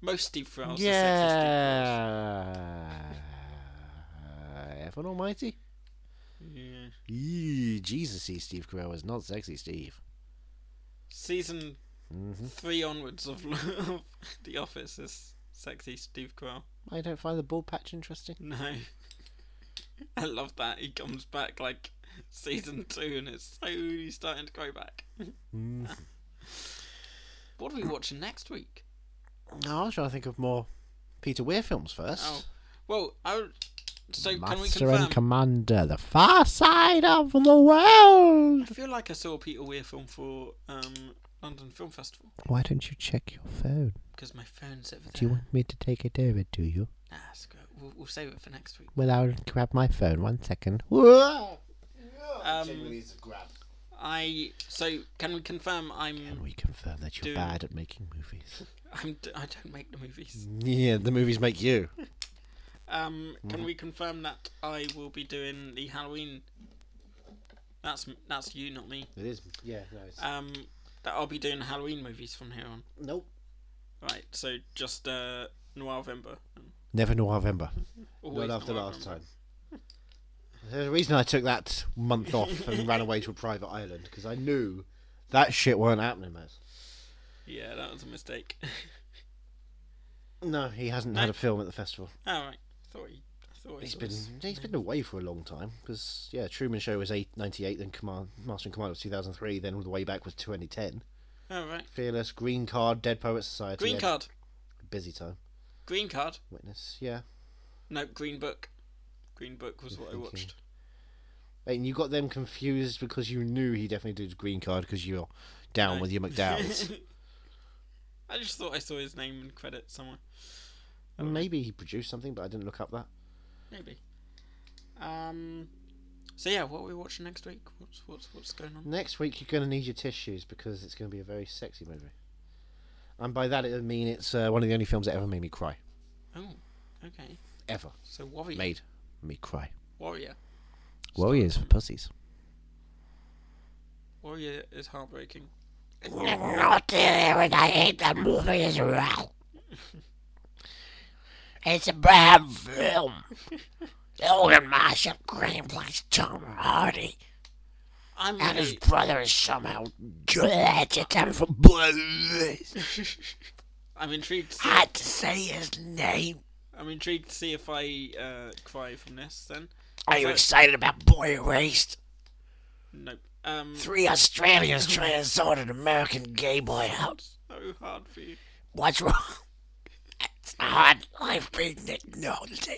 S2: Most Steve Carell's are sexy Steve Carells.
S3: yeah. Heaven Almighty.
S2: Yeah.
S3: Eee, Jesus, Steve Carell is not sexy, Steve.
S2: Season
S3: Mm-hmm.
S2: three onwards of, of The Office is sexy Steve Carell.
S3: I don't find the ball patch interesting.
S2: No. I love that. He comes back like season two and it's slowly starting to go back.
S3: Mm.
S2: what are we watching next week?
S3: No, I was trying to think of more Peter Weir films first.
S2: Oh, well, I. w- So can we
S3: Master
S2: confirm?
S3: and Commander, the far side of the world.
S2: I feel like I saw a Peter Weir film for um, London Film Festival
S3: Why don't you check your phone?
S2: because my phone's over there.
S3: Do you want me to take it over to you?
S2: Nah, screw it. We'll, we'll save it for next week.
S3: Well, I'll grab my phone. One second.
S2: Um, I so can we confirm I'm
S3: We confirm that you're
S2: Do-
S3: bad at making movies.
S2: I'm d- I don't make the movies.
S3: Yeah, the movies make you.
S2: Um,
S3: Mm-hmm.
S2: can we confirm that I will be doing the Halloween? That's m- that's you, not me.
S3: It is. Yeah, no. It's...
S2: Um, that I'll be doing Halloween movies from here on.
S3: nope.
S2: Right, so just uh, November.
S3: Never know November.
S2: Always Noirvember.
S3: There's a reason I took that month off and ran away to a private island because I knew that shit weren't happening, mate.
S2: Yeah, that was a mistake.
S3: No, he hasn't had a film at the festival.
S2: All right, thought he, I thought he
S3: He's been
S2: was.
S3: he's been away for a long time because yeah, Truman Show was eight ninety eight, then Command Master and Commander was two thousand three, then all the way back was twenty ten.
S2: All right,
S3: Fearless, Green Card, Dead Poet Society.
S2: green
S3: yeah,
S2: card,
S3: Busy time.
S2: green card.
S3: Witness, yeah.
S2: Nope, green book. Green book was what I watched.
S3: And you got them confused because you knew he definitely did green card because you're down with your McDowell's.
S2: I just thought I saw his name and credit somewhere.
S3: Maybe he produced something, but I didn't look up that.
S2: Maybe. Um. So yeah, what are we watching next week? What's what's what's going on?
S3: Next week you're going to need your tissues because it's going to be a very sexy movie. And by that I mean it's uh, one of the only films that ever made me cry.
S2: Oh, okay.
S3: Ever
S2: So warrior,
S3: made me cry.
S2: warrior,
S3: Warriors for pussies.
S2: warrior is heartbreaking.
S4: Not there, and I hate that movie as well. It's a bad film. Oh, Logan Marshall Green plays Tom Hardy,
S2: I'm
S4: and his
S2: really,
S4: brother is somehow Judge for Blues.
S2: I'm intrigued. To see,
S4: Had to say his name.
S2: I'm intrigued to see if I uh, cry from this. Then
S4: Are you excited about Boy Erased?
S2: nope. Um,
S4: Three Australians trying to sort an American gay boy out.
S2: so hard for you.
S4: What's wrong? It's
S1: God, I've been ignored.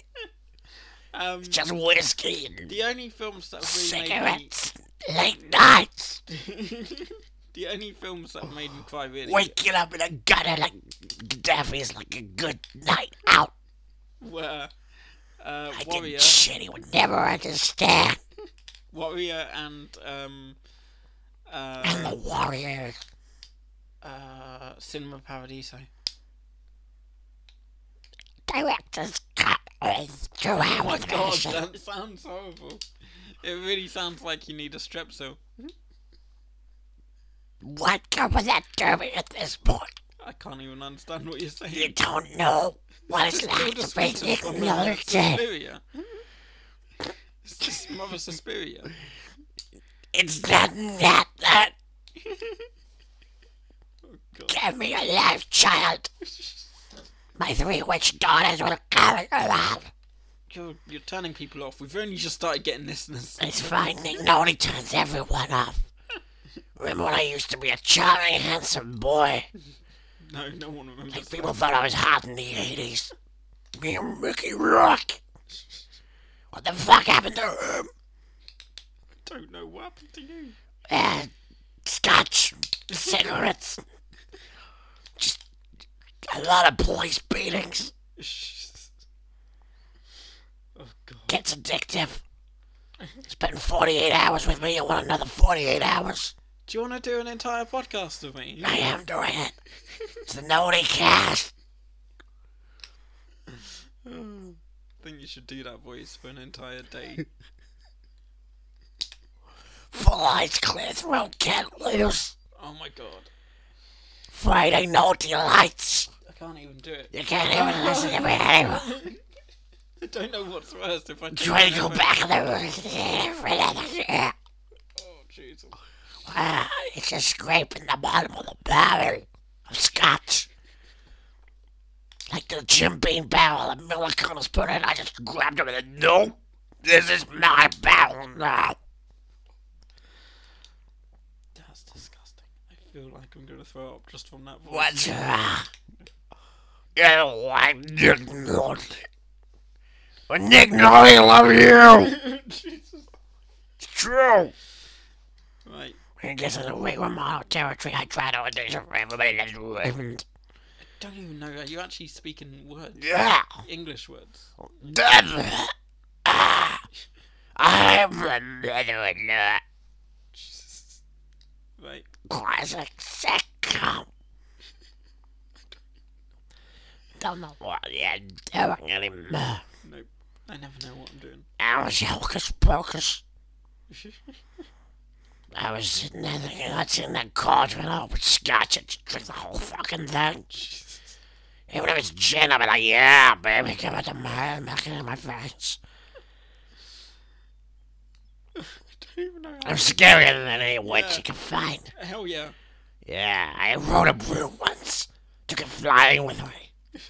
S2: Um,
S1: Just whiskey and
S2: the only films that have really made me,
S1: cigarettes, late nights,
S2: the only films that made me cry really
S1: waking up in a gutter like Gaddafi's like a good night out.
S2: were uh,
S1: I did
S2: Warrior,
S1: shit he would never understand.
S2: Warrior, and um,
S1: And the warriors.
S2: uh, Cinema Paradiso.
S1: Director's cut is two hours
S2: God,
S1: version.
S2: that sounds horrible. It really sounds like you need a strepsil.
S1: What good would that do me at this point?
S2: I can't even understand what you're saying.
S1: You don't know what it's like to be ignored.
S2: Suspiria. It's just Mother Suspiria.
S1: It's not that that.
S2: God.
S1: Give me a life, child. My three witch daughters will carry around.
S2: You're, you're turning people off. We've only just started getting listeners.
S1: It's fine, Nick Naughty turns everyone off. Remember when I used to be a charming, handsome boy?
S2: No, no one remembers.
S1: Like people thought I was hot in the 80s. Me and Mickey Rock. What the fuck happened to uh, him?
S2: I don't know what happened to you.
S1: uh, scotch, cigarettes, just a lot of police beatings. Gets addictive. Spend 48 hours with me, you want another 48 hours?
S2: Do you want to do an entire podcast of me?
S1: I am doing it. It's the Nody cast.
S2: I think you should do that voice for an entire day.
S1: Full eyes, clear throat, can't lose.
S2: oh my god.
S1: Friday, naughty lights.
S2: I can't even do it.
S1: You can't even listen to me anymore.
S2: I don't know what's worse if I do
S1: Try to go
S2: it.
S1: back in the room.
S2: Oh, Jesus.
S1: Ah, it's just scraping the bottom of the barrel of scotch. Like the Jim Beam barrel that Miller Connors put in, I just grabbed him and said, No, this is my barrel now.
S2: That's disgusting. I feel like I'm going to throw up just from that voice.
S1: What's wrong? You like Nick Naughty. But Nick Naughty love you. It's true.
S2: Right.
S1: When it gets in the Raymond Model territory, I try to audition for everybody that's Raymond.
S2: Don't even know. Are you actually speaking words?
S1: Yeah.
S2: English words.
S1: Oh. Dad, Ah, I'm another uh, nut.
S2: Right.
S1: Classic sitcom. Don't know what you're doing anymore.
S2: Nope. I never know what I'm doing.
S1: I was hocus pocus. I was sitting there thinking, that's in that cauldron. I would scotch it, just drink the whole fucking thing. Even if it's gin, I'd be like, yeah, baby, give it to me, milk it in my face.
S2: don't even know
S1: I'm scarier than any witch you can find.
S2: how. Hell yeah.
S1: Yeah, I rode a broom once. Took it flying with me. It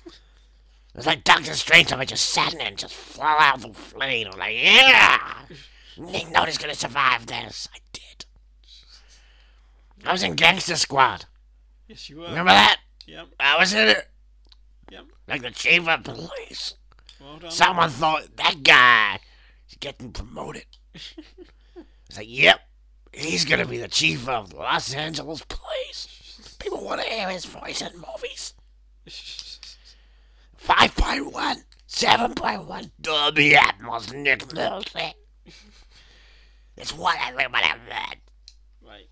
S1: was like Doctor Strange, I just sat in it and just flew out the plane. I'm like, yeah! Nick Noti's gonna survive this. I did. I was in Gangster Squad.
S2: Yes, you are.
S1: Remember that?
S2: Yep.
S1: I was in it.
S2: Yep.
S1: Like the chief of police.
S2: Well done.
S1: Someone thought that guy is getting promoted. It's like, yep, he's gonna be the chief of Los Angeles police. People want to hear his voice in movies. Five point one, seven point one, Dolby Atmos, Nick Nolte. It's what everybody read.
S2: Right.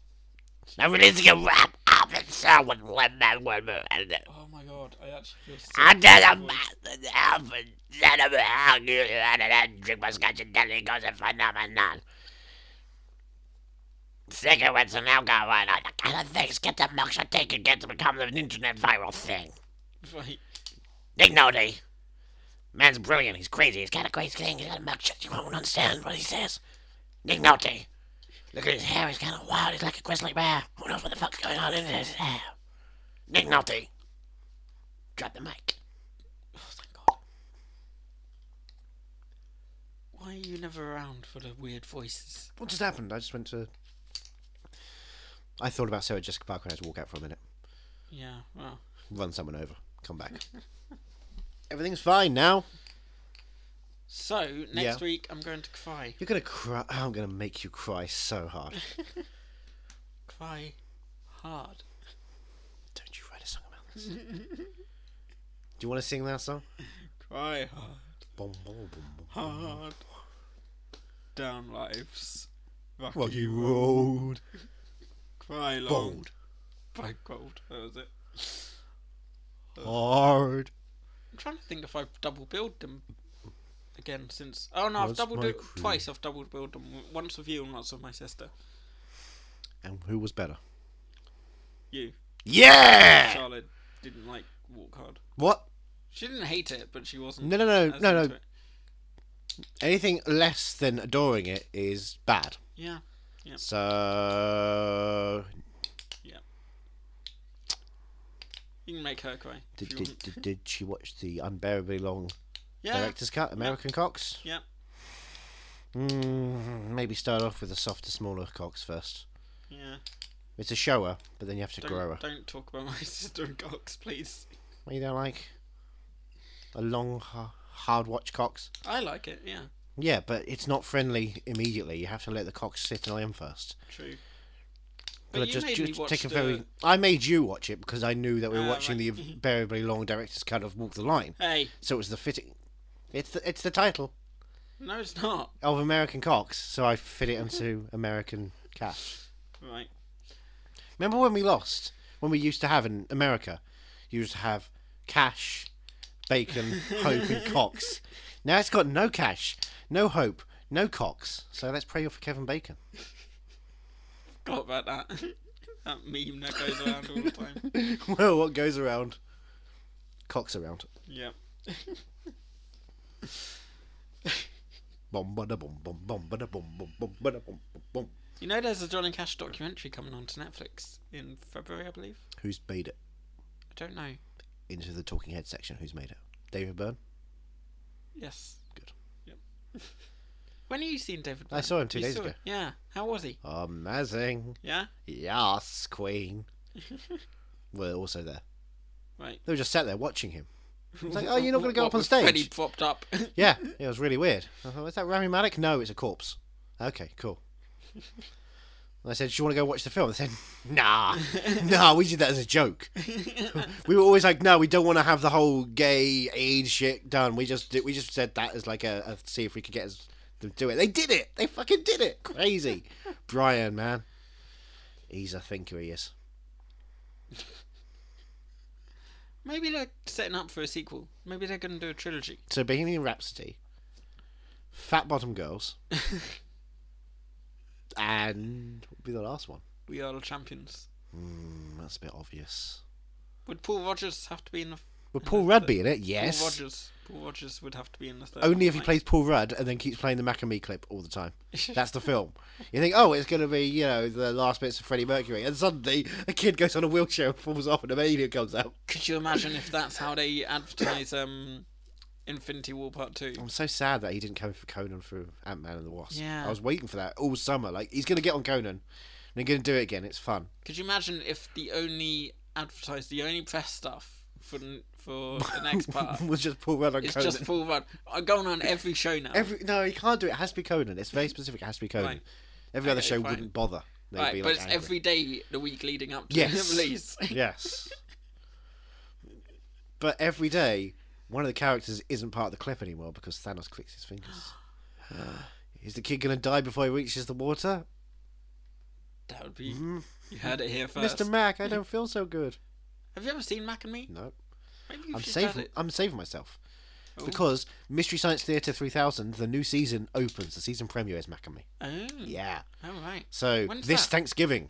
S1: Now we need to get wrapped up in sound with one man, one man, and then.
S2: Oh my god. I actually feel sick.
S1: I did a massive half and then a half and then drink my scotch and then it goes a phenomenon. Cigarettes and alcohol and all that kind of things. Get that milkshake take and get to become an internet viral thing.
S2: Right.
S1: Nick Nolte. Man's brilliant. He's crazy. He's got a crazy thing. He's got a milkshake. You won't understand what he says. Nick Nolte. Look at his hair. He's kind of wild. He's like a grizzly bear. Who knows what the fuck's going on in his hair? Nick Nolte. Drop the mic.
S2: Oh, thank god. Why are you never around for the weird voices?
S3: What just happened? I just went to. I thought about Sarah Jessica Parker and I had to walk out for a minute,
S2: Yeah, well.
S3: run someone over, come back. Everything's fine now.
S2: So next
S3: Yeah.
S2: week I'm going to cry,
S3: You're gonna cry. I'm gonna make you cry so hard.
S2: cry hard.
S3: Don't you write a song about this? Do you want to sing that song?
S2: Cry hard,
S3: Bum, bum, bum, bum.
S2: hard. Down lives, rocky
S3: Rocky
S2: road.
S3: road.
S2: Cry long,
S3: Bold.
S2: by cold. That was it.
S3: Hard.
S2: I'm trying to think if I've double billed them again since. Oh no, I've
S3: Was
S2: double
S3: my
S2: billed
S3: crew-
S2: twice. I've double billed them once with you and once with my sister.
S3: And who was better?
S2: You,
S3: Yeah.
S2: Charlotte, didn't like Walk Hard.
S3: What?
S2: She didn't hate it, but she wasn't.
S3: No, no, no,
S2: as
S3: no, no.
S2: into it.
S3: Anything less than adoring it is bad.
S2: Yeah,
S3: So.
S2: yeah. You can make her cry. if
S3: Did,
S2: you
S3: did,
S2: want.
S3: did, did she watch the unbearably long
S2: Yeah,
S3: director's cut, American Cox?
S2: yeah.
S3: Mm, maybe start off with the softer, smaller Cox first.
S2: Yeah.
S3: It's a shower, but then you have to
S2: Don't,
S3: grow her.
S2: don't talk about my sister and Cox, please.
S3: What you don't like? A long, ha- hard watch Cox?
S2: I like it. Yeah,
S3: Yeah, but it's not friendly immediately. You have to let the Cox sit on him first.
S2: true.
S3: But
S2: you
S3: just,
S2: made
S3: just
S2: me watch
S3: take a
S2: the-
S3: very. I made you watch it because I knew that we were
S2: Ah,
S3: watching
S2: right. Uh.
S3: the invariably long director's cut of Walk the Line,
S2: Hey,
S3: so it was the fitting. It's the it's the title
S2: no, it's not.
S3: of American Cox, so I fit it into American Cat.
S2: Right.
S3: Remember when we lost? When we used to have in America, you used to have cash, bacon, hope, and Cox. Now it's got no cash, no hope, no Cox. So let's pray for Kevin Bacon.
S2: Forgot about that. that meme that goes around all the time.
S3: well, what goes around, Cox around.
S2: Yep.
S3: Bom bada bom bom bom bada bom bom bom bada bom bom bom.
S2: You know, there's a Johnny Cash documentary coming on to Netflix in February, I believe.
S3: Who's made it
S2: I don't know.
S3: into the talking head section? Who's made it? David Byrne.
S2: Yes.
S3: Good.
S2: Yep. when are you seeing David?
S3: I
S2: Byrne?
S3: saw him two
S2: You
S3: days
S2: saw
S3: ago.
S2: it? Yeah. How was he?
S3: Amazing.
S2: Yeah.
S3: Yes, Queen. We're also there.
S2: Right.
S3: They were just sat there watching him. It's like, oh, you're not going to go
S2: What,
S3: up on
S2: with Freddie
S3: stage?
S2: propped up.
S3: Yeah, it was really weird. I thought, is that Rami Malek? No, it's a corpse. Okay, cool. And I said, do you want to go watch the film? They said, nah, nah, we did that as a joke. we were always like, no, we don't want to have the whole gay AIDS shit done. We just did, we just said that as like a, a see if we could get us them to do it. They did it. They fucking did it. Crazy, Brian, man. He's a thinker. He is.
S2: Maybe they're setting up for a sequel. Maybe they're going to do a trilogy.
S3: So Bohemian Rhapsody, Fat Bottom Girls, and what would be the last one?
S2: We are the champions.
S3: Mm, that's a bit obvious.
S2: Would Paul Rogers have to be in the?
S3: Would Paul Rudd be in it? Yes.
S2: Paul Rogers. Paul Rogers would have to be in the third.
S3: Only if he
S2: one,
S3: plays Paul Rudd and then keeps playing the Macamee clip all the time. That's the film. You think, oh, it's going to be, you know, the last bits of Freddie Mercury. And suddenly a kid goes on a wheelchair and falls off and a radio comes out.
S2: Could you imagine if that's how they advertise um, Infinity War Part Two?
S3: I'm so sad that he didn't come in for Conan for Ant Man and the Wasp.
S2: Yeah.
S3: I was waiting for that all summer. Like, he's going to get on Conan and he's going to do it again. It's fun.
S2: Could you imagine if the only advertise, the only press stuff for the- for the next part
S3: we'll Uh, just Paul Rudd on
S2: is
S3: Conan.
S2: just Paul Rudd? I'm going on every show now.
S3: Every no, you can't do it. It has to be Conan. It's very specific. It has to be Conan.
S2: Right.
S3: Every other
S2: Okay,
S3: show
S2: fine.
S3: wouldn't bother. They'd
S2: right,
S3: be,
S2: but
S3: like,
S2: it's
S3: angry.
S2: every day the week leading up to
S3: Yes.
S2: the release.
S3: yes. But every day, one of the characters isn't part of the clip anymore because Thanos clicks his fingers. Is the kid gonna die before he reaches the water?
S2: that would be.
S3: Mm-hmm.
S2: You heard it here first.
S3: Mr. Mac, I don't feel so good.
S2: have you ever seen Mac and Me?
S3: No,
S2: Maybe you
S3: I'm
S2: should add
S3: saving.
S2: it. Oh.
S3: I'm saving myself because Mystery Science Theater 3000, the new season opens. The season premiere is Mac and me.
S2: Oh,
S3: Yeah.
S2: all right.
S3: So
S2: When's
S3: this
S2: that?
S3: Thanksgiving,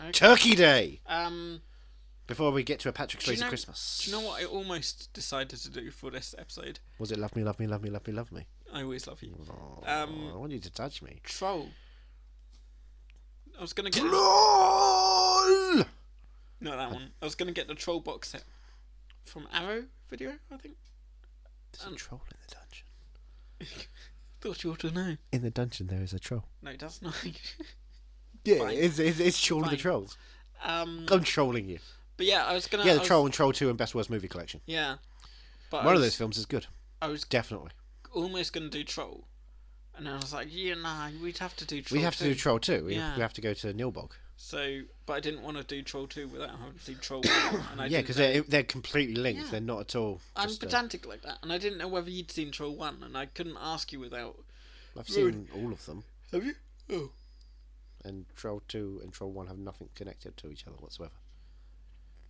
S2: Okay.
S3: Turkey Day.
S2: Um,
S3: Before we get to a Patrick's
S2: do you
S3: Crazy
S2: know?
S3: Christmas.
S2: Do you know what I almost decided to do for this episode?
S3: Was it love me, love me, love me, love me, love me?
S2: I always love you.
S3: Oh, I
S2: Um,
S3: want you to touch me.
S2: troll. I was gonna get no
S3: LOL!
S2: that one. I was gonna get the troll box set from Arrow Video. I think.
S3: There's a troll in the dungeon.
S2: Thought you ought to know.
S3: In the dungeon, there is a troll.
S2: No, it does not.
S3: Yeah, it's, it's, it's Troll and the
S2: Fine.
S3: Trolls.
S2: um,
S3: I'm trolling you.
S2: but yeah, I was gonna.
S3: yeah,
S2: Uh, I
S3: the
S2: was-
S3: Troll and Troll 2 and Best Worst Movie Collection.
S2: Yeah. But I
S3: One of
S2: was-
S3: those films is good.
S2: I was
S3: Definitely.
S2: almost going to do Troll. And I was like, yeah, nah, we'd have to do Troll.
S3: We have to do
S2: 2.
S3: Troll 2. We,
S2: Yeah.
S3: we have to go to Nilbog.
S2: So, but I didn't want to do Troll 2 without having seen Troll 1. And I
S3: Yeah,
S2: didn't
S3: because
S2: know-
S3: they're, they're completely linked.
S2: Yeah.
S3: They're not at all.
S2: I'm
S3: just, uh,
S2: pedantic like that. And I didn't know whether you'd seen Troll 1, and I couldn't ask you without.
S3: I've seen all of them,
S2: Have you? Oh.
S3: and Troll 2 and Troll 1 have nothing connected to each other whatsoever.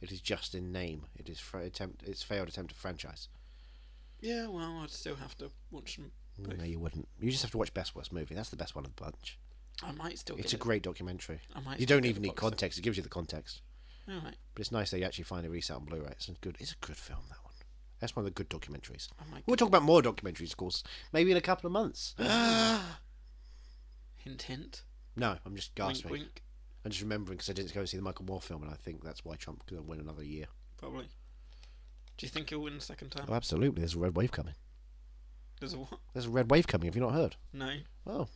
S3: It is just in name. It is fra- attempt. It's failed attempt at franchise.
S2: Yeah, well, I'd still have to watch them. both.
S3: No, you wouldn't. You just have to watch Best Worst Movie. That's the best one of the bunch.
S2: I might still get
S3: It's a
S2: it.
S3: great documentary.
S2: I might
S3: You
S2: still
S3: don't
S2: get
S3: even
S2: the
S3: need
S2: box set.
S3: context. It gives you the context.
S2: All right.
S3: But it's nice they actually find a reset on Blu-ray. It's a good. It's a good film. That one. That's one of the good documentaries.
S2: might
S3: We'll talk about more documentaries, of course. Maybe in a couple of months.
S2: Hint, hint.
S3: no, I'm just
S2: Wink,
S3: gasping.
S2: wink.
S3: I'm just remembering because I didn't go see the Michael Moore film, and I think that's why Trump could win another year.
S2: Probably. Do you think he'll win the second time?
S3: Oh, absolutely. There's a red wave coming.
S2: There's a what?
S3: There's a red wave coming. Have you not heard?
S2: No.
S3: Oh,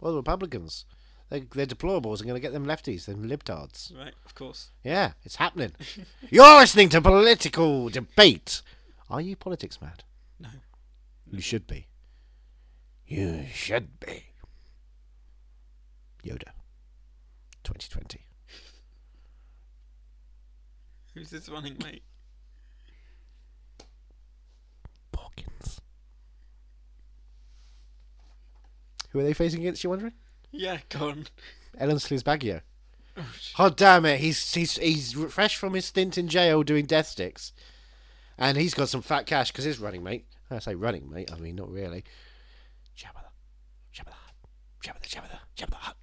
S3: well, the Republicans. They're, they're deplorables. I'm going to get them lefties, them libtards.
S2: Right, of course.
S3: Yeah, it's happening. You're listening to political debate. Are you politics mad?
S2: No.
S3: You should be. You should be. Yoda. 2020.
S2: Who's this running mate?
S3: Porkins. Who are they facing against, you wondering?
S2: Yeah, go on.
S3: Ellen Baggio. Oh damn it! He's he's he's fresh from his stint in jail doing death sticks, and he's got some fat cash because his running mate. I say running mate. I mean not really. Jabba the, Jabba the, Hutt, Jabba the, Jabba the, Jabba the Hutt.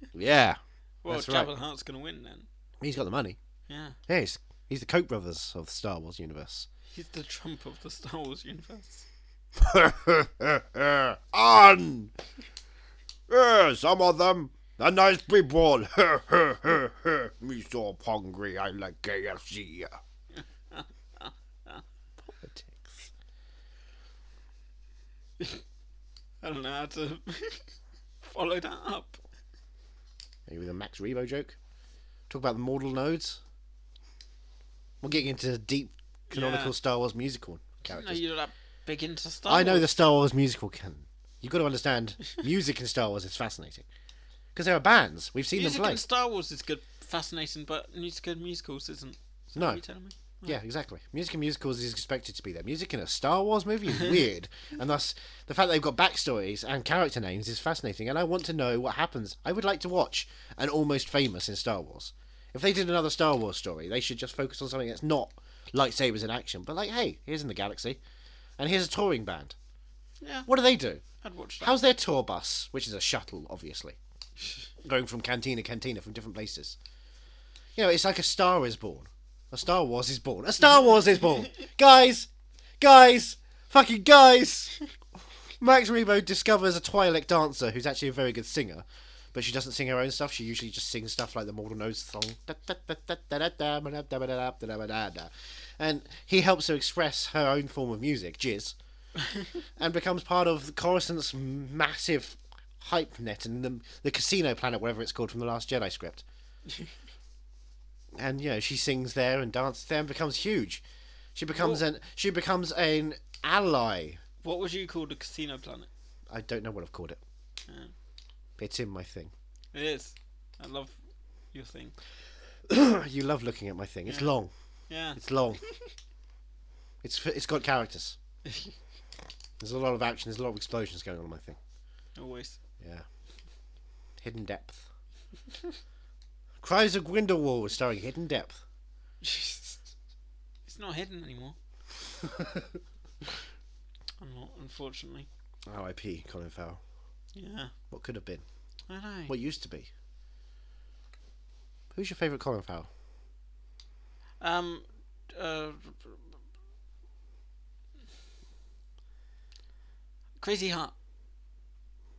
S3: yeah,
S2: Well,
S3: That's right.
S2: Jabba the Hutt's going to win then.
S3: he's got the money.
S2: Yeah.
S3: Yeah, he's he's the Koch brothers of the Star Wars universe.
S2: He's the Trump of the Star Wars universe.
S3: On. Yeah, some of them are nice people. Me so hungry, I like KFC. Politics.
S2: I don't know how to follow that up.
S3: Maybe the Max Rebo joke. Talk about the mortal nodes. We're getting into deep canonical
S2: Yeah.
S3: Star Wars musical
S2: No,
S3: characters.
S2: you're that big into Star
S3: I know
S2: Wars.
S3: the Star Wars musical canon. You've got to understand, music in Star Wars is fascinating. Because there are bands. We've seen
S2: Music
S3: them play.
S2: in Star Wars is good, fascinating, but music in musicals isn't. Is that
S3: No.
S2: what you're telling me?
S3: Yeah, exactly. Music in musicals is expected to be there. Music in a Star Wars movie is weird, and thus the fact they've got backstories and character names is fascinating. And I want to know what happens. I would like to watch an almost famous in Star Wars. If they did another Star Wars story, they should just focus on something that's not lightsabers in action, but like, hey, here's in the galaxy, and here's a touring band.
S2: Yeah.
S3: What do they do?
S2: I'd watch that.
S3: How's their tour bus, which is a shuttle, obviously, going from canteen to cantina from different places? You know, it's like a Star is born. A Star Wars is born. A Star Wars is born. guys, guys, fucking guys. Max Rebo discovers a Twi'lek dancer who's actually a very good singer, but she doesn't sing her own stuff. She usually just sings stuff like the Mortal Nose song. And he helps her express her own form of music, jizz and becomes part of Coruscant's massive hype net and the, the casino planet, whatever it's called from the Last Jedi script. and you know, she sings there and dances there and becomes huge. She becomes an she becomes an ally.
S2: What would you call the Casino Planet?
S3: I don't know what I've called it.
S2: Yeah.
S3: It's in my thing.
S2: It is. I love your thing.
S3: You love looking at my thing. It's long.
S2: Yeah.
S3: It's long. it's it's got characters. There's a lot of action. There's a lot of explosions going on in my thing.
S2: Always.
S3: Yeah. Hidden Depth. Cries of Grindelwald starring Hidden Depth.
S2: it's not hidden anymore. I'm not, unfortunately.
S3: R.I.P. Colin Farrell.
S2: Yeah.
S3: What could have been?
S2: I know.
S3: What used to be? Who's your favourite Colin Farrell?
S2: Um. Uh, Crazy Heart.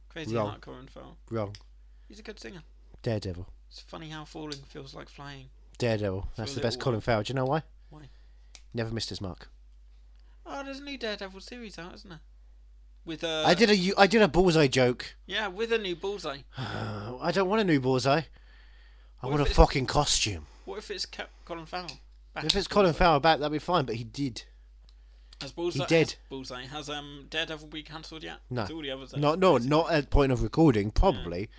S2: Crazy
S3: Wrong.
S2: Heart, Corin Farrell.
S3: Wrong.
S2: He's a good singer.
S3: Daredevil.
S2: It's funny how falling feels like flying.
S3: Daredevil. That's the
S2: little
S3: best Colin Farrell. Do you know why?
S2: Why?
S3: Never missed his mark.
S2: Oh, there's a new Daredevil series out, isn't there? With a
S3: I did a you- I did a bullseye joke.
S2: yeah, with a new Bullseye.
S3: Uh, I don't want a new bullseye. I
S2: What
S3: want a
S2: if it's-
S3: fucking costume.
S2: What if it's Cap- Colin Farrell? Back
S3: If
S2: as
S3: it's Colin
S2: Bullseye?
S3: Farrell back, that'd be fine. But he did.
S2: Has Bullseye,
S3: did.
S2: Has Bullseye has um Daredevil been cancelled yet?
S3: No.
S2: It's all the others. that-
S3: Not no, not at point of recording. Probably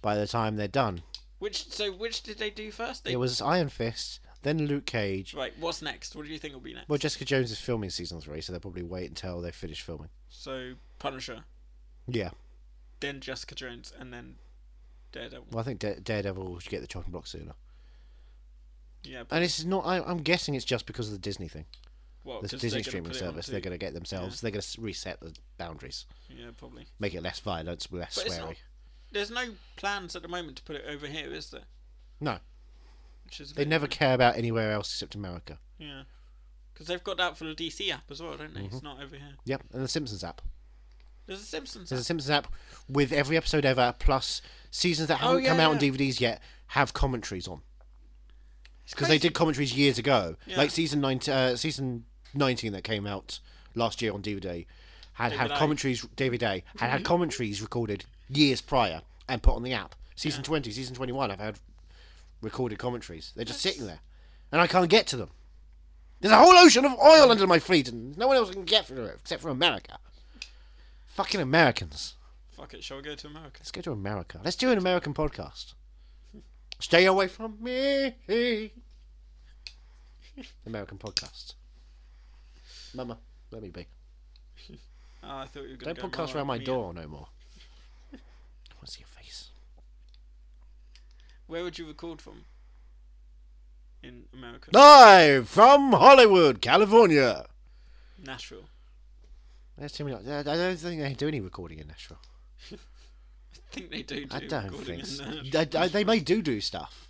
S3: by the time they're done,
S2: Which so which did they do first? They,
S3: it was Iron Fist, then Luke Cage.
S2: right. What's next? What do you think will be next?
S3: Well, Jessica Jones is filming season three, so they'll probably wait until they finish filming.
S2: So Punisher,
S3: Yeah,
S2: then Jessica Jones, and then Daredevil.
S3: well, I think Da- Daredevil should get the chopping block sooner.
S2: Yeah, but,
S3: And it's not. I, I'm guessing it's just because of the Disney thing, the
S2: well, Oh, 'cause
S3: Disney
S2: they're gonna
S3: streaming
S2: put it
S3: service.
S2: onto-
S3: They're going to get themselves. They're going to reset the boundaries,
S2: Yeah, probably.
S3: make it less violent, less
S2: But it's
S3: sweary.
S2: not, there's no plans at the moment to put it over here, is there?
S3: No,
S2: Which is a
S3: they
S2: bit
S3: never
S2: annoying.
S3: care about anywhere else except America.
S2: Yeah, because they've got that for the DC app as well, don't they?
S3: Mm-hmm.
S2: It's not over here.
S3: Yep, and the Simpsons app.
S2: There's a Simpsons.
S3: There's
S2: app.
S3: a Simpsons app with every episode ever, plus seasons that haven't
S2: yeah,
S3: come out on
S2: Oh, yeah.
S3: DVDs yet have commentaries on. Because they did commentaries years ago, like season nine, uh, season nineteen that came out last year on DVD, had had
S2: Aye.
S3: commentaries. David A had had commentaries recorded years prior and put on the app. Season twenty, season twenty-one, I've had recorded commentaries. They're just sitting there, and I can't get to them. There's a whole ocean of oil under my feet, and no one else can get through it except for America. Fucking Americans.
S2: Fuck it, shall we go to America?
S3: Let's go to America. Let's do an American podcast. Stay away from me. American podcast. Mama, let me be.
S2: Oh, I thought you were going
S3: Don't
S2: to
S3: podcast around my door no more. I want to see your face.
S2: Where would you record from? In America.
S3: Live from Hollywood, California.
S2: Nashville.
S3: There's too many. I don't think they do any recording in Nashville.
S2: I think they do. do
S3: I don't
S2: recording
S3: think.
S2: in
S3: so.
S2: Nashville.
S3: They, they- they may do do stuff,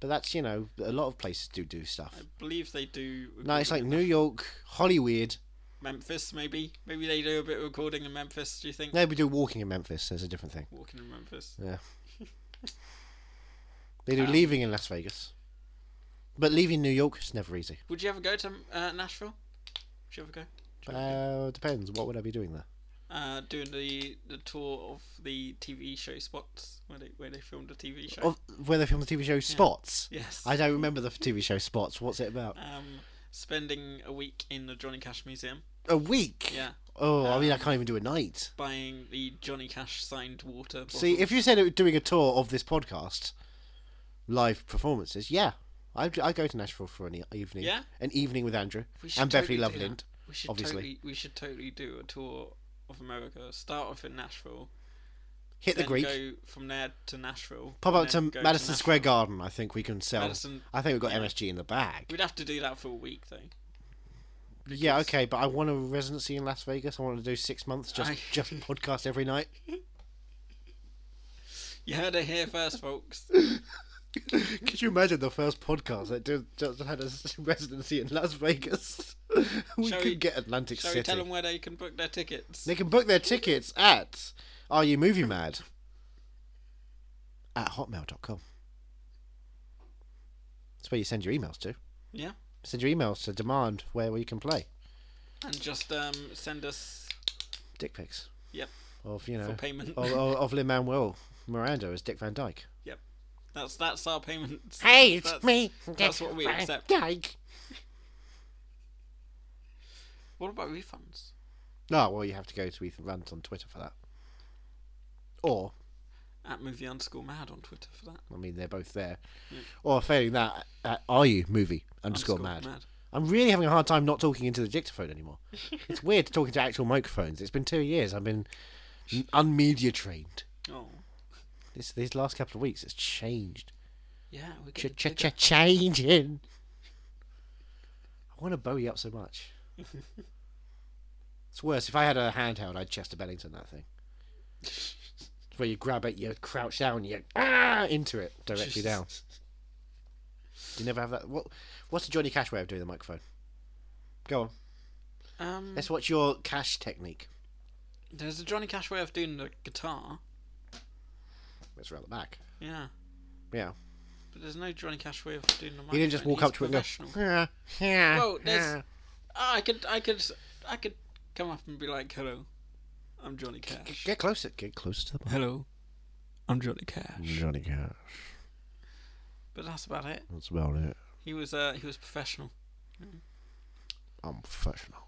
S3: but that's you know a lot of places do do stuff.
S2: I believe they do.
S3: No, it's like
S2: recording in
S3: New York, Hollywood.
S2: Memphis, maybe. Maybe they do a bit of recording in Memphis. Do you think?
S3: No, we do walking in Memphis. There's a different thing.
S2: Walking in Memphis.
S3: Yeah. They do leaving in Las Vegas. But leaving New York is never easy.
S2: Would you ever go to uh, Nashville? Would you ever go?
S3: Uh, depends. What would I be doing there?
S2: Uh, doing the the tour of the TV show spots where they where they filmed a TV show.
S3: Oh, where they film the TV show Spots.
S2: Yes.
S3: I don't remember the TV show Spots. What's it about?
S2: Um, spending a week in the Johnny Cash Museum.
S3: A week.
S2: Yeah. Um,
S3: Oh, I mean, I can't even do a night.
S2: Buying the Johnny Cash signed water. Bottle.
S3: See, if you said it was doing a tour of this podcast, live performances, yeah, I'd, I'd go to Nashville for an e- evening.
S2: Yeah?
S3: An evening with Andrew
S2: We should
S3: and Beverly
S2: totally do that.
S3: Loveland.
S2: we should
S3: obviously.
S2: totally we should totally do a tour of America. Start off in Nashville.
S3: Hit the
S2: then
S3: Greek.
S2: Go from there to Nashville.
S3: Pop
S2: and
S3: up to
S2: then go
S3: Madison
S2: Nashville.
S3: Square Garden. I think we can sell.
S2: Madison-
S3: I think we've got MSG in the bag.
S2: We'd have to do that for a week though.
S3: Yeah, okay, but I want a residency in Las Vegas. I want to do six months, just
S2: I-
S3: just podcast every night.
S2: You heard it here first, folks.
S3: Could you imagine the first podcast that did, just had a s- residency in Las Vegas? we
S2: Shall
S3: could
S2: we-
S3: get Atlantic
S2: Shall
S3: City.
S2: we tell them where they can book their tickets?
S3: They can book their tickets at Are You Movie Mad? At hotmail.com. That's where you send your emails to.
S2: Yeah.
S3: Send your emails to demand where we can play.
S2: And just um, send us.
S3: Dick pics.
S2: Yep.
S3: Of, you know.
S2: payment.
S3: Of, of, of Lin Manuel Miranda as Dick Van Dyke.
S2: Yep. That's that's our payment.
S1: Hey, it's
S2: That's-
S1: me.
S2: That's what we accept.
S1: Dyke.
S2: What about refunds?
S3: No, well, you have to go to Ethan Runt on Twitter for that. Or,
S2: At movie underscore mad on Twitter for that.
S3: I mean, they're both there. Or failing that, at are you movie underscore,
S2: Underscore
S3: mad.
S2: mad.
S3: I'm really having a hard time not talking into the dictaphone anymore. it's weird talking to actual microphones. It's been two years. I've been n- unmedia trained.
S2: Oh.
S3: This these last couple of weeks, it's changed.
S2: Yeah, we
S3: Ch
S2: get
S3: ch ch changing. I want to bow you up so much. it's worse if I had a handheld. I'd Chester Bennington that thing. It's where you grab it, you crouch down, you ah, into it directly down. You never have that. What? What's the Johnny Cash way of doing the microphone? Go on.
S2: Um,
S3: Let's watch your Cash technique.
S2: there's a Johnny Cash way of doing the guitar.
S3: Let's round the back.
S2: Yeah,
S3: Yeah.
S2: but there's no Johnny Cash way of doing the.
S3: He didn't just
S2: microphone.
S3: walk up
S2: He's
S3: to it and go.
S2: professional.
S3: Yeah. Yeah.
S2: Well, there's. Ah, I could, I could, I could come up and be like, "Hello, I'm Johnny Cash."
S3: Get closer. Get closer to the mic.
S2: Hello, I'm Johnny Cash.
S3: Johnny Cash.
S2: But that's about it.
S3: That's about it.
S2: He was, uh, he was professional.
S3: I'm professional.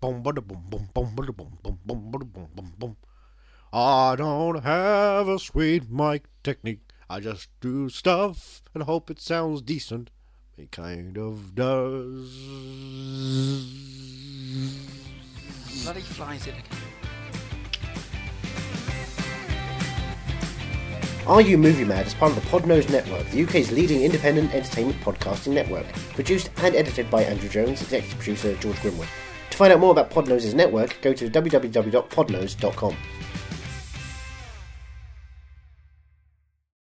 S3: Boom, bada, boom, boom, boom, bada, boom, boom, boom, bada, boom, boom, boom. I don't have a sweet mic technique. I just do stuff and hope it sounds decent. It kind of does.
S2: Bloody flies in again.
S9: Are You Movie Mad is part of the Podnose Network, the UK's leading independent entertainment podcasting network. Produced and edited by Andrew Jones, executive producer George Grimwood. To find out more about Podnose's network, go to www.podnose.com.